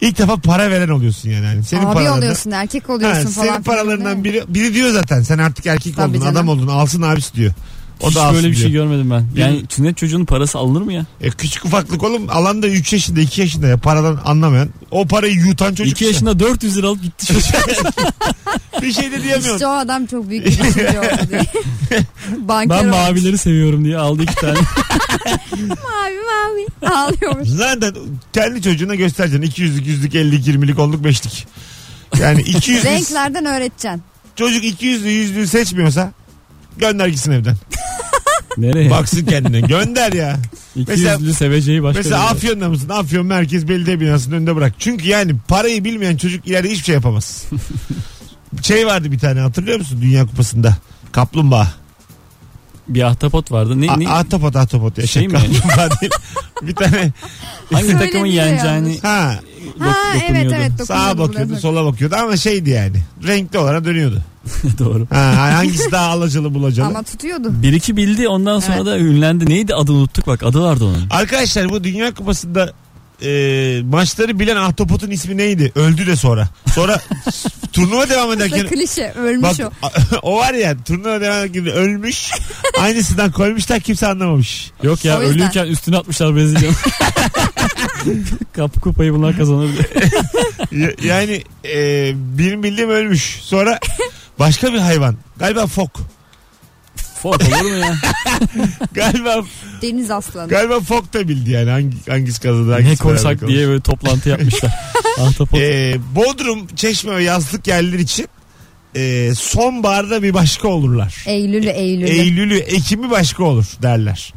B: İlk defa para veren oluyorsun yani. yani senin
D: Abi
B: paralarından-
D: oluyorsun erkek
B: Ha,
D: oluyorsun falan.
B: senin paralarından
D: filan, değil mi?
B: biri, biri diyor zaten. Sen artık erkek
D: Tabii
B: oldun,
D: canım.
B: adam oldun. Alsın abisi diyor. O
C: Hiç
B: da alsın
C: böyle bir
B: diyor.
C: şey görmedim ben. Yani sünnet çocuğunun parası alınır mı ya?
B: E, küçük ufaklık oğlum. Alan da 3 yaşında 2 yaşında ya. Paradan anlamayan. O parayı yutan çocuk.
C: 2
B: işte.
C: yaşında 400 lira alıp gitti çocuk.
B: Bir şey de
D: İşte
B: diyemiyorsun.
D: o adam çok büyük bir düşünce oldu
B: <laughs>
D: diye. Banker
C: ben
D: olmuş.
C: mavileri seviyorum diye aldı
B: <laughs>
C: iki tane.
D: Mavi mavi. Ağlıyormuş.
B: Zaten kendi çocuğuna göstereceksin. 200'lük, 100'lük, 50'lik, 20'lik, 10'luk, 5'lik. Yani 200
D: Renklerden öğreteceksin.
B: çocuk 200'lü, 100'lü seçmiyorsa gönder gitsin evden.
C: Nereye? Bak,
B: Baksın
C: <laughs>
B: kendine. gönder ya.
C: 200'lü seveceği başka
B: Mesela
C: bir şey yere.
B: Afyon'da mısın? Afyon Merkez Belediye Binası'nın önünde bırak. Çünkü yani parayı bilmeyen çocuk ileride hiçbir şey
C: <laughs>
B: yapamaz. şey vardı bir tane hatırlıyor musun Dünya Kupası'nda? Kaplumbağa.
C: Bir ahtapot vardı. Ne,
B: A-
C: ne,
B: ahtapot ahtapot ya.
C: Şey
B: Şey
C: mi?
B: kaplumbağa
C: <laughs>
B: değil. Bir tane
C: hangi
D: Söyleniyor
C: takımın yeneceğini
D: yalnız.
B: ha,
C: dok-
D: Ha evet
C: dokunuyordu.
D: evet dokunuyordu.
B: sağa bakıyordu
D: biraz.
B: sola bakıyordu ama şeydi yani. Renkli olarak dönüyordu.
C: <laughs> Doğru.
B: Ha, hangisi daha alacalı bulacalı?
D: Ama tutuyordu.
C: Bir iki bildi ondan sonra
D: Evet.
C: da ünlendi. Neydi adını unuttuk bak adı vardı onun.
B: Arkadaşlar bu Dünya Kupası'nda e, maçları bilen ahtapotun ismi neydi? Öldü de sonra.
D: <laughs>
B: Sonra s- turnuva devam ederken
D: klişe ölmüş
B: bak
D: o.
B: <laughs> o var ya turnuva devam ederken ölmüş. Aynısından koymuşlar kimse anlamamış.
C: Yok ya
D: O yüzden.
C: ölüyken üstüne atmışlar
D: <laughs>
C: Brezilya'nın. Kapı kupayı bunlar kazanabilir.
B: Y- yani e, benim bildiğim ölmüş. Sonra başka bir hayvan. Galiba fok.
C: Fok olur mu ya?
B: Galiba
D: Deniz aslanı.
B: galiba fok da bildi yani hangi hangisi kazandı hangisi beraber
C: ne konsak
B: kalmış.
C: diye böyle toplantı yapmışlar. <laughs> Ahtapot.
B: Ee, Bodrum, Çeşme ve yazlık yerler için e, sonbaharda bir başka olurlar.
D: Eylül'ü Eylül'ü.
B: Eylül'ü, Ekim'i başka olur derler.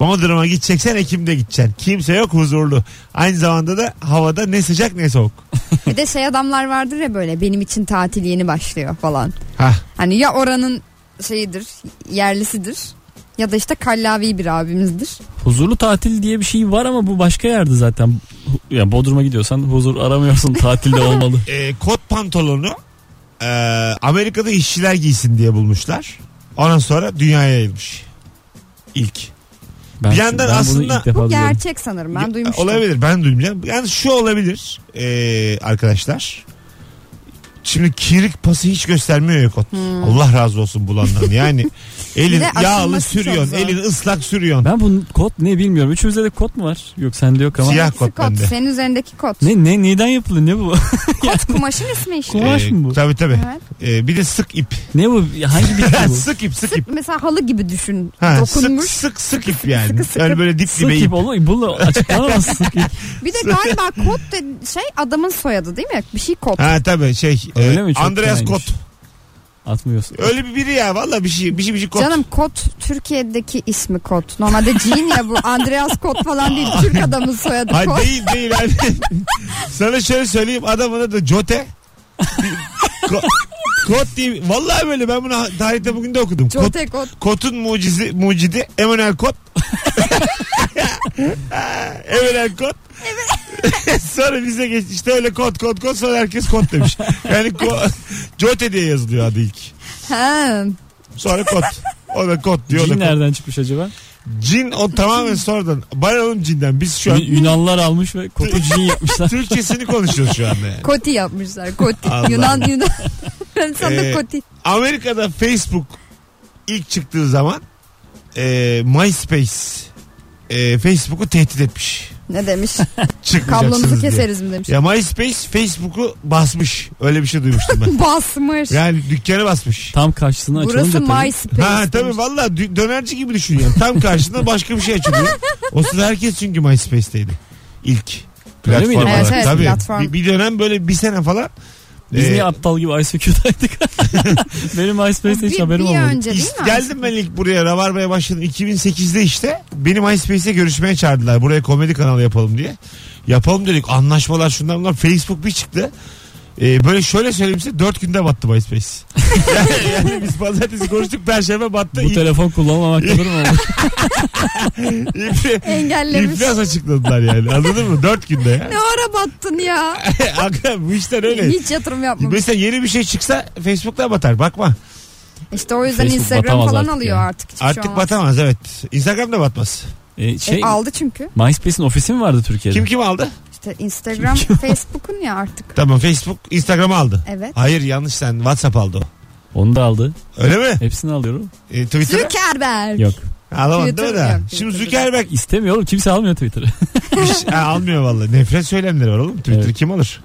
B: Bodrum'a gideceksen Ekim'de gideceksin. Kimse yok huzurlu. Aynı zamanda da havada ne sıcak ne soğuk.
D: Bir de şey adamlar vardır ya böyle benim için tatil yeni başlıyor falan.
B: Ha.
D: Hani ya oranın şeyidir yerlisidir Ya da işte kallavi bir abimizdir.
C: Huzurlu tatil diye bir şey var ama bu başka yerde zaten. Hu- Ya Bodrum'a gidiyorsan huzur aramıyorsun tatilde olmalı.
B: e, kot pantolonu e, Amerika'da işçiler giysin diye bulmuşlar. Ondan sonra dünyaya yayılmış. İlk.
C: <laughs> Ben,
B: Bir yandan
C: ben bunu
B: aslında-
C: ilk defa
D: Bu
C: duyuyorum.
D: gerçek sanırım ben
B: Ya,
D: duymuştum.
B: Olabilir ben duymayacağım. Yani şu olabilir e, arkadaşlar. Şimdi kirik pası hiç göstermiyor ya kot. Allah razı olsun bulandan. Yani
D: Hmm. <laughs> Bir
B: elin
D: de
B: yağlı
D: asılması çok
B: sürüyorsun.
D: zor.
B: Elin ıslak sürüyorsun.
C: Ben bunun kod ne bilmiyorum. Üçümüzde de kod mu var? Yok sende yok ama.
B: Siyah
D: Hepsi
B: kot bende.
D: Senin üzerindeki kot.
C: Ne ne neden yapılıyor ne bu? <laughs>
D: Kot kumaşın ismi işte.
C: Kumaş. Kumaş mı bu?
B: Tabii tabii.
D: Evet.
B: E, bir de sık ip.
C: ne bu? Hangi
B: <laughs>
C: bitki <laughs> bu?
B: sık ip sık ip.
D: Mesela halı gibi düşün.
B: Ha, sık
D: Dokunmuş.
B: sık sık
D: <laughs>
B: ip yani.
D: Sıkı sıkı.
B: Öyle böyle dip dibe
C: Sık
B: ip.
C: ip oğlum. Bunu açıklanamaz sık ip.
D: Bir de
B: <laughs>
D: galiba kot de- şey adamın soyadı değil mi? Bir şey kot.
B: Ha tabii şey.
C: Öyle
B: e,
C: mi? Çok
B: Andreas
C: fenaymış.
B: Kot.
C: Atmıyorsun.
B: Öyle bir biri ya valla bir şey bir şey bir şey kot.
D: Canım kot Türkiye'deki ismi kot. Normalde Jean ya bu Andreas kot falan değil. Türk adamın soyadı
B: Hayır
D: kot.
B: değil değil abi. Sana şöyle söyleyeyim adamın adı Jote. Ko- kot diye vallahi böyle ben bunu tarihte bugün de okudum. Kot,
D: Cote kot.
B: kotun mucizi mucidi Emanuel Kot. Emanuel Kot. <laughs> sonra bize geç işte öyle kot kot kot sonra herkes kot demiş. Yani ko- Jote diye yazılıyor adı ilk.
D: Ha.
B: Sonra kot. O da kot diyor. o da
C: Cin
B: kot.
C: nereden çıkmış acaba?
B: Cin o tamamen sonradan. Bana oğlum cinden. Biz şu
C: <laughs>
B: an
C: Yun- Yunanlılar almış ve kodu cin
B: <laughs>
C: yapmışlar.
B: Türkçesini konuşuyoruz şu anda yani.
D: Koti yapmışlar. Koti.
B: Allah.
D: Yunan Yunan. <laughs> ben sana
B: Ee,
D: koti.
B: Amerika'da Facebook ilk çıktığı zaman e, MySpace e, Facebook'u tehdit etmiş.
D: Ne demiş?
B: Çıkmayacaksınız
D: Kablomuzu
B: diye.
D: keseriz mi demiş.
B: Ya MySpace Facebook'u basmış. Öyle bir şey duymuştum
D: <laughs>
B: ben.
D: Basmış.
B: Yani dükkanı basmış.
C: Tam karşısına açılınca
D: Burası
C: tabii.
D: MySpace.
B: Ha
D: demiş.
B: tabii valla dü- dönerci gibi düşün yani. Tam karşında başka bir şey açılıyor. O sırada herkes çünkü MySpace'teydi. İlk.
C: Öyle miydi?
B: Platform olarak.
D: Evet, evet,
B: tabii.
D: platform.
B: Bir, bir dönem böyle bir sene falan.
C: Biz
B: Ee,
C: niye aptal gibi
B: <laughs>
C: ICQ'daydık? Benim MySpace'te hiç
D: Bir-
C: haberim
D: bir
C: olmadı.
D: önce değil
B: is-
D: mi?
B: geldim ben ilk buraya Rabarba'ya başladım 2008'de işte beni MySpace'e görüşmeye çağırdılar buraya komedi kanalı yapalım diye yapalım dedik anlaşmalar şunlar bunlar Facebook bir çıktı Ee, böyle şöyle söyleyeyim size 4 günde battı MySpace <laughs> yani, yani biz pazartesi konuştuk perşembe battı
C: Bu
B: İ-
C: telefon kullanmamak kadar
D: <laughs>
C: mı oldu?
B: İ-
D: Engellemiş.
B: İflas açıkladılar yani anladın mı 4 günde
D: <laughs>
B: ya
D: Ne ara battın ya?
B: Hakikaten bu işler öyle
D: Hiç yatırım yapmamış.
B: Mesela yeni bir şey çıksa Facebook'ta batar bakma.
D: İşte o yüzden
C: Facebook
D: Instagram
C: batamaz
D: falan
C: artık
D: alıyor
C: ya.
D: artık. hiçbir şey
B: Artık
D: olmaz.
B: batamaz evet. Instagram da batmaz.
C: Ee, şey,
D: E, aldı çünkü.
C: MySpace'in ofisi mi vardı Türkiye'de?
B: Kim kim aldı?
D: İşte Instagram
B: <laughs>
D: Facebook'un ya artık.
B: Tamam Facebook Instagram'ı aldı.
D: Evet.
B: Hayır yanlış sen WhatsApp aldı o.
C: Onu da aldı.
B: Öyle mi?
C: Hepsini alıyorum.
B: E, Twitter'ı
D: Zuckerberg.
C: Yok.
B: alamadı
D: Twitter
B: değil mi daha?
D: yok,
B: Şimdi
D: Twitter
B: Zuckerberg
C: İstemiyor oğlum. Kimse almıyor Twitter'ı.
B: hiç- ha, almıyor vallahi. Nefret söylemleri var oğlum. Twitter
C: Evet.
B: kim alır?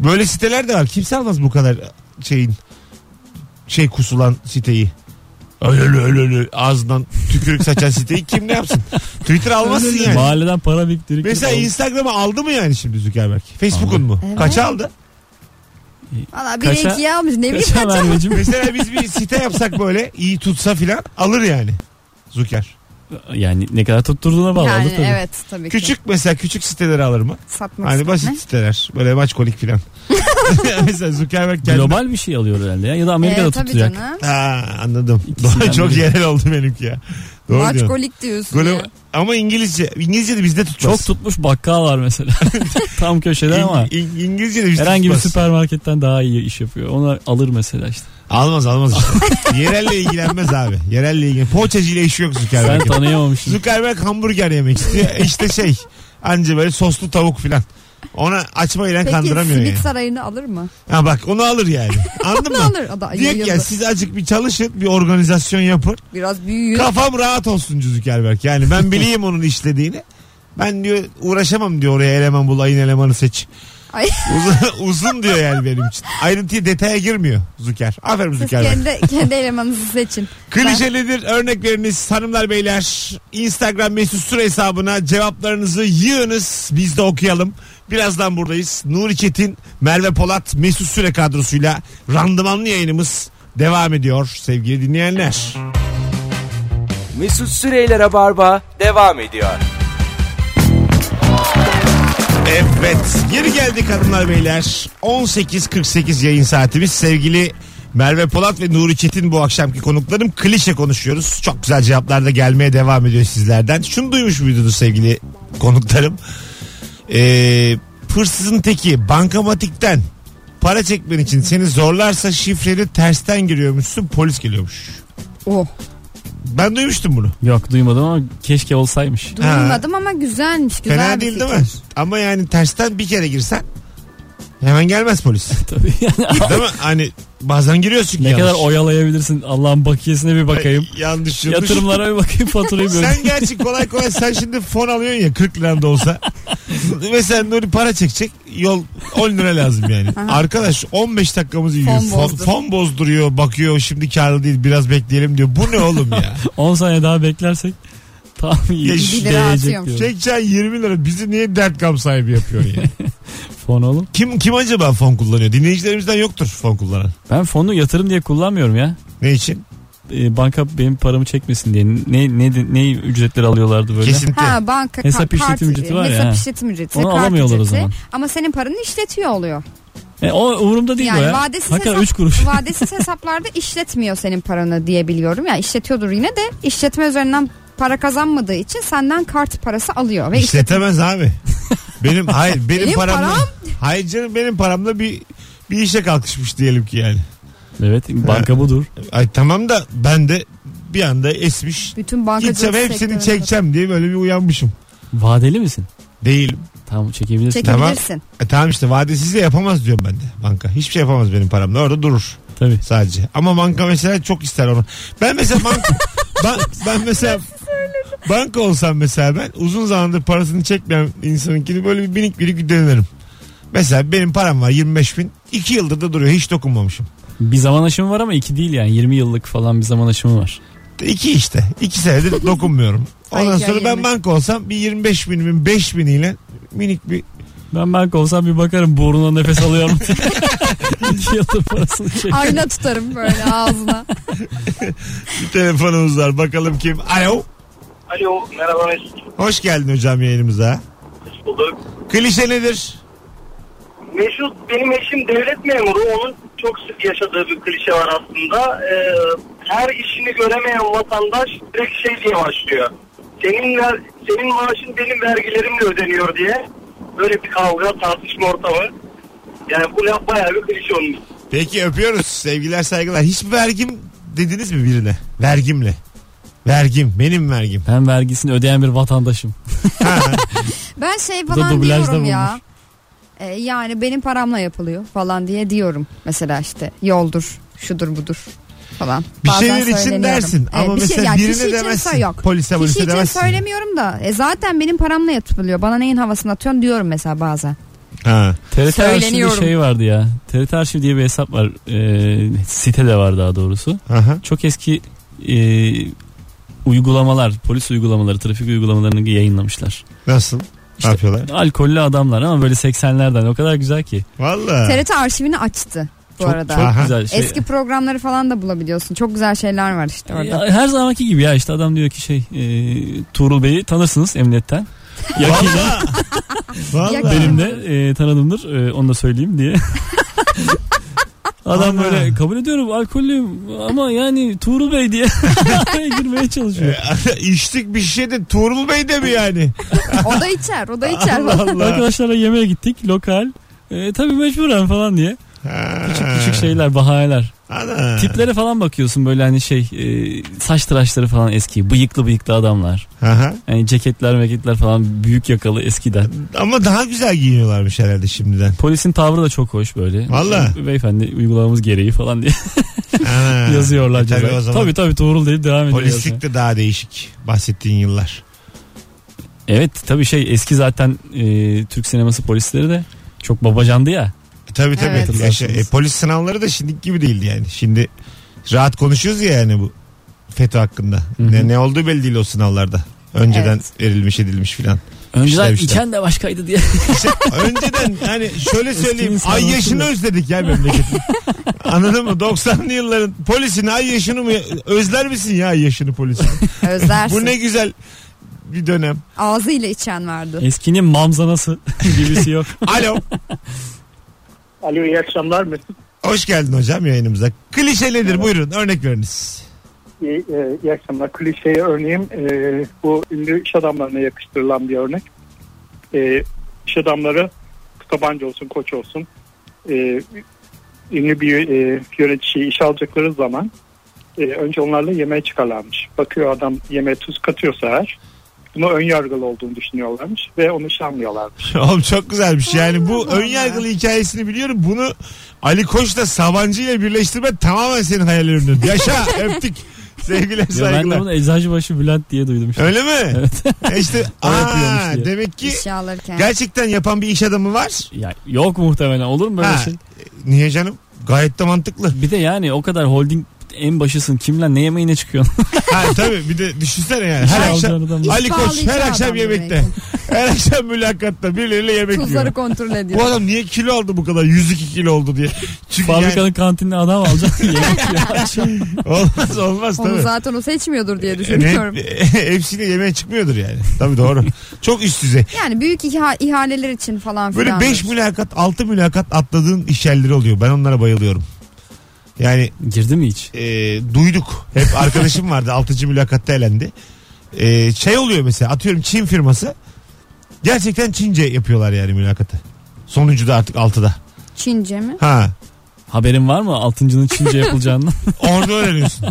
B: Böyle siteler de var. Kimse almaz bu kadar şeyin şey kusulan siteyi. Öyle öyle öyle öyle ağzından tükürük saçan siteyi kim ne yapsın? Twitter almazsın yani.
C: <laughs> Mahalleden para biriktirip.
B: Mesela
C: Al-
B: Instagram'ı aldı mı yani şimdi Zuckerberg? Facebook'un
C: Aldı.
B: mu?
D: Evet.
B: Kaça aldı?
D: Valla biri
C: Kaşa-
D: ikiye almış. Ne bileyim
C: Kaça
D: kaça.
C: vermeyeceğim?
B: Mesela biz bir site yapsak böyle iyi tutsa filan alır yani. Zucker.
C: yani ne kadar tutturduğuna bağlı
D: Yani
C: tabii.
D: evet tabii ki.
B: Küçük mesela küçük siteleri alır mı?
D: Satmak
B: Hani
D: hani
B: basit siteler. Böyle maç kolik
D: <laughs>
B: filan. mesela Zuckerberg kendi...
C: Global bir şey alıyor herhalde ya. Ya da Amerika'da
D: E, tabii
C: tutacak.
D: canım.
B: Ha, anladım.
C: İkisinden
B: Doğru, çok
C: biri.
B: yerel oldu benimki ya. Doğru
D: Maç
B: diyorsun.
D: golik diyorsun
B: Golo-
D: ya.
B: Ama İngilizce. İngilizce de bizde tutmaz.
C: Çok tutmuş bakkal
B: <laughs>
C: var mesela. Tam köşede
B: İng-
C: ama.
B: İng- İngilizce de bizde
C: Herhangi bir
B: tutmaz.
C: süpermarketten daha iyi iş yapıyor. Onu alır mesela işte.
B: Almaz almaz işte. <laughs> Yerelle ilgilenmez abi. Yerelle ilgilen. Poğaçacıyla işi yok
C: Sen
B: Zuckerberg'in.
C: tanıyamamışsın.
B: Zuckerberg hamburger yemek
D: <laughs>
B: istiyor. işte şey. Anca böyle soslu tavuk filan. Ona açma ile
D: Peki
B: kandıramıyor
D: simit
B: yani.
D: sarayını alır mı?
B: Ha bak onu alır
D: <laughs>
B: yani. Anladın
D: Ne
B: mı?
D: alır? O da
B: Diyor ki
D: yayıldı.
B: ya siz azıcık bir çalışın bir organizasyon yapın.
D: Biraz büyüyün.
B: Kafam rahat olsun Zuckerberg. Yani ben bileyim onun işlediğini. Ben diyor uğraşamam diyor oraya eleman bul ayın elemanı seç.
D: Ay.
B: Uzun, uzun diyor yani benim için. Ayrıntıya detaya girmiyor Zucker. Aferin
D: Siz
B: Zuckerberg.
D: kendi, kendi elemanınızı seçin.
B: Klişelidir örnek veriniz hanımlar beyler. Instagram mesut süre hesabına cevaplarınızı yığınız biz de okuyalım. Birazdan buradayız. Nuri Çetin, Merve Polat, Mesut Süre kadrosuyla randımanlı yayınımız devam ediyor sevgili dinleyenler.
A: Mesut Süreyler'e barba devam ediyor.
B: Evet geri geldik hanımlar beyler. 18.48 yayın saatimiz sevgili Merve Polat ve Nuri Çetin bu akşamki konuklarım. Klişe konuşuyoruz. Çok güzel cevaplar da gelmeye devam ediyor sizlerden. Şunu duymuş muydunuz sevgili konuklarım? Ee, hırsızın teki bankamatikten para çekmen için seni zorlarsa şifreni tersten giriyormuşsun polis geliyormuş.
D: Oh.
B: Ben duymuştum bunu.
C: Yok duymadım ama keşke olsaymış.
D: Duymadım ama güzelmiş. Güzel
B: Fena
D: bir
B: değil
D: fikir.
B: değil mi? Ama yani tersten bir kere girsen hemen gelmez polis.
C: Tabii yani.
B: değil mi? Hani bazen giriyorsun ki
C: ne
B: yanlış.
C: kadar oyalayabilirsin Allah'ın bakiyesine bir bakayım.
B: <laughs> Yanlış yanlış.
C: Yatırımlara
B: <laughs>
C: bir bakayım faturayı böyle.
B: Sen gerçi kolay kolay sen şimdi fon alıyorsun ya 40 liran da
C: <laughs>
B: olsa. Mesela Nuri para çekecek yol 10 lira lazım yani. Arkadaş 15 dakikamızı yiyor. Fon,
D: bozdur.
B: fon bozduruyor bakıyor şimdi karlı değil biraz bekleyelim diyor. Bu ne oğlum
C: <laughs>
B: ya?
C: 10 saniye daha beklersek tam iyi.
B: Ya
D: şu-
C: değecek
D: atıyorum.
C: diyorum.
B: Çekeceksin 20 lira bizi niye dert gam sahibi yapıyorsun yani?
C: Fon oğlum.
B: kim kim acaba fon kullanıyor? Dinleyicilerimizden yoktur fon kullanan.
C: Ben fonu yatırım diye kullanmıyorum ya.
B: Ne için?
C: E, banka benim paramı çekmesin diye. Ne ne ne ücretleri alıyorlardı böyle?
B: Kesinti.
D: Ha banka
C: Hesap
D: ka- kart
C: işletim ücreti var ya,
D: Hesap
C: ha.
D: işletim ücreti.
C: Onu
D: kart
C: alamıyorlar o
D: ücreti.
C: zaman.
D: Ama senin paranı işletiyor oluyor.
C: E, o umurumda değil o
D: yani
C: ya.
D: vadesiz
C: Hakikaten
D: hesap,
C: 3 kuruş.
D: <laughs> vadesiz hesaplarda işletmiyor senin paranı diye biliyorum. Ya işletiyordur yine de işletme üzerinden para kazanmadığı için senden kart parası alıyor ve işlet-
B: İşletemez
D: <laughs>
B: abi. Benim hayır benim,
D: Benim
B: paramla
D: param.
B: hayır canım benim paramla bir bir işe kalkışmış diyelim ki yani.
C: evet banka budur.
B: Ay tamam da ben de bir anda esmiş.
D: bütün bankacılık
B: Gideceğim hepsini
D: sektöründe-
B: çekeceğim diye böyle bir uyanmışım.
C: Vadeli misin?
B: Değilim.
C: Tamam çekebilirsin.
D: çekebilirsin.
B: E tamam işte vadesiz de yapamaz diyorum ben de banka. Hiçbir şey yapamaz benim paramla orada durur
C: Tabii.
B: sadece. Ama banka mesela çok ister onu. Ben mesela
D: <laughs>
B: banka ben, ben mesela banka olsam mesela ben uzun zamandır parasını çekmeyen insanınkini böyle bir binik binik denerim. Mesela benim param var 25 bin. 2 yıldır da duruyor hiç dokunmamışım.
C: Bir zaman aşımı var ama 2 değil yani. 20 yıllık falan bir zaman aşımı var.
B: İki işte. İki
D: <laughs>
B: senedir dokunmuyorum. Ondan
D: Ay, ya,
B: sonra ben
D: 20.
B: banka olsam bir 25 binimin 5 biniyle minik bir
C: Ben banka olsam bir bakarım burnuna nefes alıyorum. <laughs> 2 yıldır parasını çek.
D: Ayna tutarım böyle
C: <laughs>
D: ağzına.
B: bir telefonumuz var. Bakalım kim? Alo.
F: Alo merhaba Mesut.
B: Hoş geldin hocam yayınımıza.
F: Hoş bulduk.
B: Klişe nedir?
F: Mesut benim eşim devlet memuru. Onun çok sık yaşadığı bir klişe var aslında. Ee, her işini göremeyen vatandaş direkt şey diye başlıyor. Senin, ver, senin maaşın benim vergilerimle ödeniyor diye. Böyle bir kavga tartışma ortamı. Yani bu laf bayağı bir klişe onun. için.
B: Peki öpüyoruz. Sevgiler saygılar. Hiç vergim dediniz mi birine? Vergimle. Vergim. Benim vergim.
C: Ben vergisini ödeyen bir vatandaşım.
D: Ben şey
C: da
D: falan
C: dublajda
D: diyorum ya.
C: bulunur.
D: E, yani benim paramla yapılıyor falan diye diyorum. Mesela işte yoldur, şudur budur falan.
B: Bir
D: Bazen
B: şeyler için
D: söyleniyorum.
B: dersin.
D: Evet,
B: Ama
D: bir şey-
B: mesela
D: yani kişi
B: birine
D: için
B: demezsin.
D: sö- Yok.
B: Polise
D: Kişi
B: polise
D: için
B: demezsin.
D: söylemiyorum da e, zaten benim paramla yapılıyor. Bana neyin havasını atıyorsun diyorum mesela bazen.
B: Ha.
C: TRT arşivde
D: Söyleniyorum.
C: şey vardı ya. TRT arşiv diye bir hesap var. Ee, site de var daha doğrusu.
B: Aha.
C: Çok eski e, uygulamalar, polis uygulamaları, trafik uygulamalarını yayınlamışlar.
B: Nasıl?
C: İşte-
B: ne yapıyorlar?
C: Alkollü adamlar ama böyle 80'lerden o kadar güzel ki.
B: Valla.
D: TRT arşivini açtı bu
C: çok
D: arada.
C: çok
B: Aha.
C: güzel şey.
D: Eski programları falan da bulabiliyorsun. Çok güzel şeyler var işte
C: Ya,
D: orada.
C: Her zamanki gibi ya işte adam diyor ki şey e, Tuğrul Bey'i tanırsınız emniyetten. Yakıyla
B: <laughs> Valla.
D: Yakın.
C: benim de e, tanıdımdır e, onu da söyleyeyim diye. Adam
B: Ana.
C: böyle kabul ediyorum alkollüyüm ama yani Tuğrul Bey diye <laughs> araya girmeye çalışıyor.
B: <laughs> E, İçtik bir şey de Tuğrul Bey de mi
D: <laughs>
B: yani?
D: O da
B: <laughs>
D: içer, o da içer.
B: Allah Allah.
C: Arkadaşlarla yemeğe gittik lokal. E, tabii mecburen falan diye.
B: Ha.
C: Küçük küçük şeyler bahaneler.
B: Ana.
C: Tiplere falan bakıyorsun böyle hani şey e, saç tıraşları falan eski bıyıklı bıyıklı adamlar.
B: Aha.
C: Yani ceketler meketler falan büyük yakalı eskiden.
B: Ama daha güzel giyiniyorlarmış herhalde
C: <laughs>
B: şimdiden.
C: Polisin tavrı da çok hoş böyle.
B: Valla.
C: Be- Beyefendi uygulamamız gereği
B: <laughs>
C: falan diye
B: Ana.
C: yazıyorlar.
B: E tabii
C: ceza.
B: o zaman
C: tabii tabii Tuğrul deyip devam ediyor.
B: polislik de daha değişik bahsettiğin yıllar.
C: Evet tabii şey eski zaten e, Türk sineması polisleri de çok babacandı ya.
B: E, tabii tabii.
D: Evet.
B: Yaşa- e, polis sınavları da şimdiki gibi değildi yani. Şimdi rahat konuşuyoruz ya yani bu FETÖ hakkında.
C: hı.
B: Ne, ne olduğu belli değil o sınavlarda. Önceden
D: Evet.
B: verilmiş edilmiş
C: <laughs>
B: filan.
C: Önceden
B: İşte, işte.
C: içen de
B: <laughs>
C: başkaydı diye.
B: İşte önceden hani şöyle söyleyeyim
C: insanlar
B: ay yaşını
C: hatırlıyor.
B: özledik ya memleketi.
C: <laughs>
B: Anladın mı? 90'lı yılların polisin ay yaşını mı özler misin ya ay yaşını polisin?
D: Özlersin.
B: bu ne güzel bir dönem.
D: Ağzıyla içen vardı.
C: Eskinin mamzanası <laughs> gibisi yok.
B: Alo.
F: Alo iyi akşamlar Mesut.
B: Hoş geldin hocam yayınımıza. Klişe nedir? Buyurun örnek veriniz.
E: İyi, e, iyi akşamlar. Klişeye örneğim e, bu ünlü iş adamlarına yakıştırılan bir örnek. E, iş adamları Tabanca olsun, Koç olsun e, ünlü bir e, yöneticiyi iş alacakları zaman e, önce onlarla yemeğe çıkarlarmış. Bakıyor adam yemeğe tuz katıyorsa eğer buna ön yargılı olduğunu düşünüyorlarmış ve onu iş
B: <laughs>
E: almıyorlarmış.
B: Oğlum çok güzelmiş. Yani bu
D: Allah Allah.
B: ön yargılı hikayesini biliyorum. Bunu Ali Koç'la Sabancı ile birleştirme tamamen senin hayal ürünün.
D: <laughs>
B: Yaşa öptük. Sevgiler
C: Ya ben de
B: saygılar.
C: bunu Eczacıbaşı Bülent diye duydum. işte.
B: Öyle mi? E işte
C: <laughs> O yapıyormuş
B: aa,
C: diye.
B: demek ki
D: İşe alırken.
B: gerçekten yapan bir iş adamı var.
C: Ya yok muhtemelen olur mu böyle
B: Ha,
C: şey?
B: Niye canım? Gayet de
D: <laughs>
B: mantıklı.
C: Bir de yani o kadar holding en başısın. Kimle ne yemeğine çıkıyorsun?
B: Ha tabii bir de düşünsene
C: <laughs>
B: yani.
C: İşe
B: Her şey
C: alacağın adam.
B: akşam
D: İş
B: Ali Koç her
D: bağlayacağı
B: akşam
D: adam
B: yemekte.
D: demek
B: <laughs> her akşam mülakatta birileriyle yemek yiyor.
D: Tuzları kontrol
B: Bu
D: ediyor.
B: adam niye kilo aldı bu kadar? 102 kilo oldu diye. <laughs> Çünkü yani- şey.
C: Fabrikanın kantinine adam
B: <laughs>
C: alacaksın. yemek yiyor akşam.
B: olmaz olmaz
D: Onu
B: tabii. E,
D: zaten o seçmiyordur diye
B: Yani
D: düşünüyorum.
B: hep- <laughs> hepsiyle yemeğe çıkmıyordur yani. Tabii doğru. Çok üst düzey.
D: Yani büyük iha- ihaleler için falan filan.
B: Böyle 5 mülakat, 6 mülakat atladığın iş yerleri oluyor. Ben onlara bayılıyorum. Yani
C: Girdi mi hiç?
B: e, duyduk. Hep arkadaşım vardı 6. mülakatta elendi. E, şey oluyor mesela atıyorum Çin firması. Gerçekten Çince yapıyorlar yani mülakatı. Sonuncu da artık 6'da.
D: Çince mi?
B: Ha.
C: Haberin var mı? Altıncının Çince <laughs> yapılacağından.
B: Orada öğreniyorsun.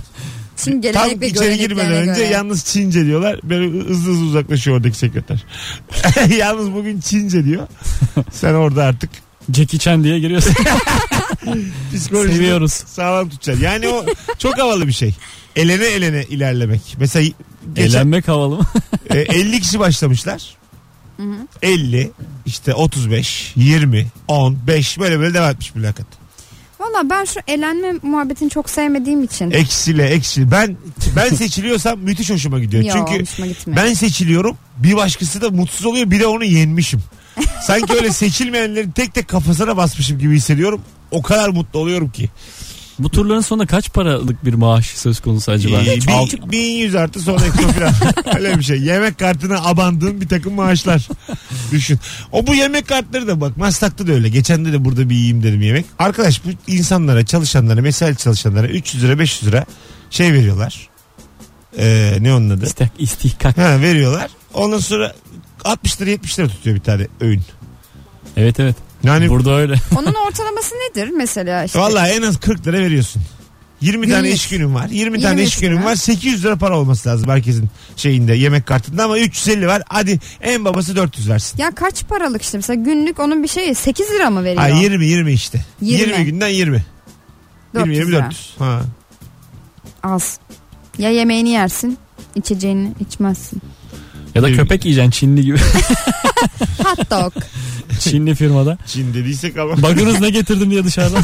D: Çin
B: Tam
D: gelenek ve
B: içeri girmeden
D: göreneklerine
B: önce
D: göre.
B: yalnız Çince diyorlar. Böyle hızlı hızlı uzaklaşıyor oradaki sekreter. <laughs> yalnız bugün Çince diyor. Sen orada artık
C: Jackie E. Chan diye <laughs> giriyorsun.
B: psikolojini
C: Seviyoruz.
B: sağlam tutacaksın. Yani o çok havalı bir şey. Elene elene ilerlemek. Mesela geçen,
C: Eğlenmek havalı mı?
B: e, 50 kişi başlamışlar. 50 işte 35 20 10 5 böyle böyle devam etmiş mülakat.
D: Valla ben şu elenme muhabbetini çok sevmediğim için.
B: Eksile eksile. Ben ben seçiliyorsam müthiş hoşuma gidiyor.
D: Yo,
B: Çünkü
D: hoşuma gitmiyor.
B: Ben seçiliyorum. Bir başkası da mutsuz oluyor. Bir de onu yenmişim. Sanki öyle seçilmeyenlerin tek tek kafasına basmışım gibi hissediyorum. O kadar mutlu oluyorum ki.
C: <laughs> Bu turların sonunda kaç paralık bir maaş söz konusu acaba?
B: Ee,
C: Al-
B: bin- 1100 artı sonra ekstra falan.
C: <laughs>
B: öyle bir şey. Yemek kartına abandığın bir takım maaşlar. Düşün. O bu yemek kartları da bak Maslak'ta da öyle. Geçen de de burada bir yiyeyim dedim yemek. Arkadaş bu insanlara çalışanlara mesai çalışanlara 300 lira 500 lira şey veriyorlar. Ee, ne onun adı?
C: İstek, istihkak.
B: Ha, veriyorlar. Ondan sonra 60 lira 70 lira tutuyor bir tane öğün.
C: Evet evet.
B: Yani
C: Burada öyle.
D: Onun ortalaması nedir mesela işte?
B: vallahi en az 40 lira veriyorsun. 20 tane
D: Günlük.
B: iş günün var. 20, tane
D: 20
B: iş günün
D: lira.
B: var. 800 lira para olması lazım herkesin şeyinde yemek kartında ama 350 var. Hadi en babası 400 versin.
D: Ya kaç paralık işte mesela günlük onun bir şeyi 8 lira mı veriyor?
B: Ha 20 20 işte. 20,
D: 20.
B: günden 20. 20 20
D: lira.
B: 400. Ha.
D: Az. Ya yemeğini yersin içeceğini içmezsin.
C: Ya da köpek yiyeceksin Çinli <laughs> gibi.
B: <laughs>
D: Hot dog.
C: Çinli firmada.
B: Çin dediysek ama.
C: Bakınız ne getirdim diye <laughs> dışarıdan.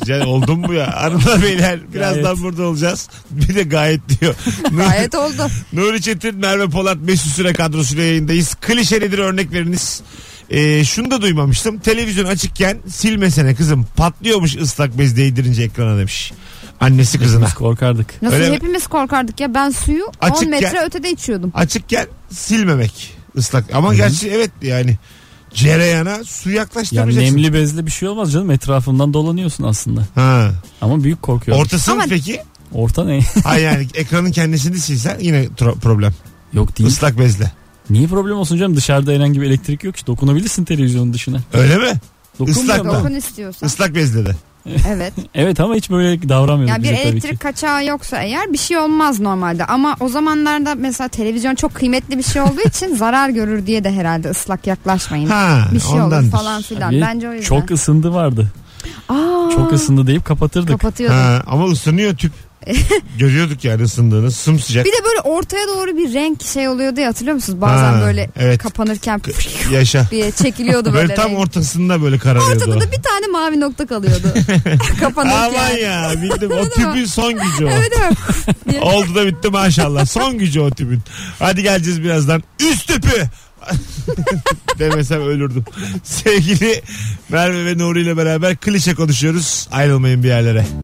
B: Güzel oldum bu ya. Hanımlar beyler birazdan
C: Gayet.
B: burada olacağız. Bir de gayet diyor.
D: Gayet oldu.
B: Nuri Çetin, Merve Polat, Mesut Süre kadrosuyla yayındayız. Klişe nedir örnek veriniz. Ee, şunu da duymamıştım. Televizyon açıkken silmesene kızım patlıyormuş ıslak bez değdirince ekrana demiş. Annesi kızına.
C: Biz korkardık.
D: Nasıl
B: Öyle mi?
D: hepimiz korkardık ya ben suyu
B: Açıkken-
D: 10 metre ötede içiyordum.
B: Açıkken silmemek ıslak. Ama gerçi evet yani cereyana su
C: Ya
B: yaklaştırmayacaksın.
C: nemli bezle bir şey olmaz canım. Etrafından dolanıyorsun aslında.
B: Ha.
C: Ama büyük korkuyorum.
B: Ortası mı
D: Ama-
B: peki?
C: Orta ne?
B: Hayır
D: <laughs>
B: yani ekranın kendisini silsen yine tro- problem.
C: yok değil.
B: Islak bezle.
C: Niye problem olsun canım? Dışarıda herhangi bir elektrik yok ki. Dokunabilirsin televizyonun dışına.
B: Öyle mi?
C: Dokunmuyor
B: Islak
C: mu?
B: da.
D: Dokun istiyorsan.
B: Islak bezle de.
D: Evet.
C: Evet ama hiç böyle davranmıyor.
D: Ya bir
C: bize tabii
D: elektrik
C: ki.
D: kaçağı yoksa eğer bir şey olmaz normalde ama o zamanlarda mesela televizyon çok kıymetli bir şey olduğu
B: <laughs>
D: için zarar görür diye de herhalde ıslak yaklaşmayın.
B: Ha,
D: bir şey
B: ondandır.
D: olur falan filan.
C: Bir
D: Bence o yüzden.
C: Çok ısındı vardı.
D: Aa,
C: Çok ısındı deyip kapatırdık.
D: kapatıyordum.
B: Ha, ama ısınıyor
D: <laughs>
B: tüp. Görüyorduk yani ısındığını sımsıcak.
D: Bir de böyle ortaya doğru bir renk şey oluyordu ya hatırlıyor musunuz? Bazen
B: Ha,
D: böyle
B: evet.
D: kapanırken
B: Yaşa. <laughs>
D: diye çekiliyordu böyle.
B: Böyle tam
D: renk.
B: ortasında böyle kararıyordu.
D: Ortada da bir tane mavi
B: <laughs>
D: nokta kalıyordu. <laughs>
B: Aman
D: kapanırken.
B: ya bildim o tüpün son gücü o.
D: Evet evet.
B: Oldu da bitti maşallah. Son gücü o tüpün. Hadi geleceğiz birazdan. Üst tüpü. <laughs> Demesem ölürdüm. Sevgili Merve ve Nuri ile beraber klişe konuşuyoruz. Ayrılmayın bir yerlere.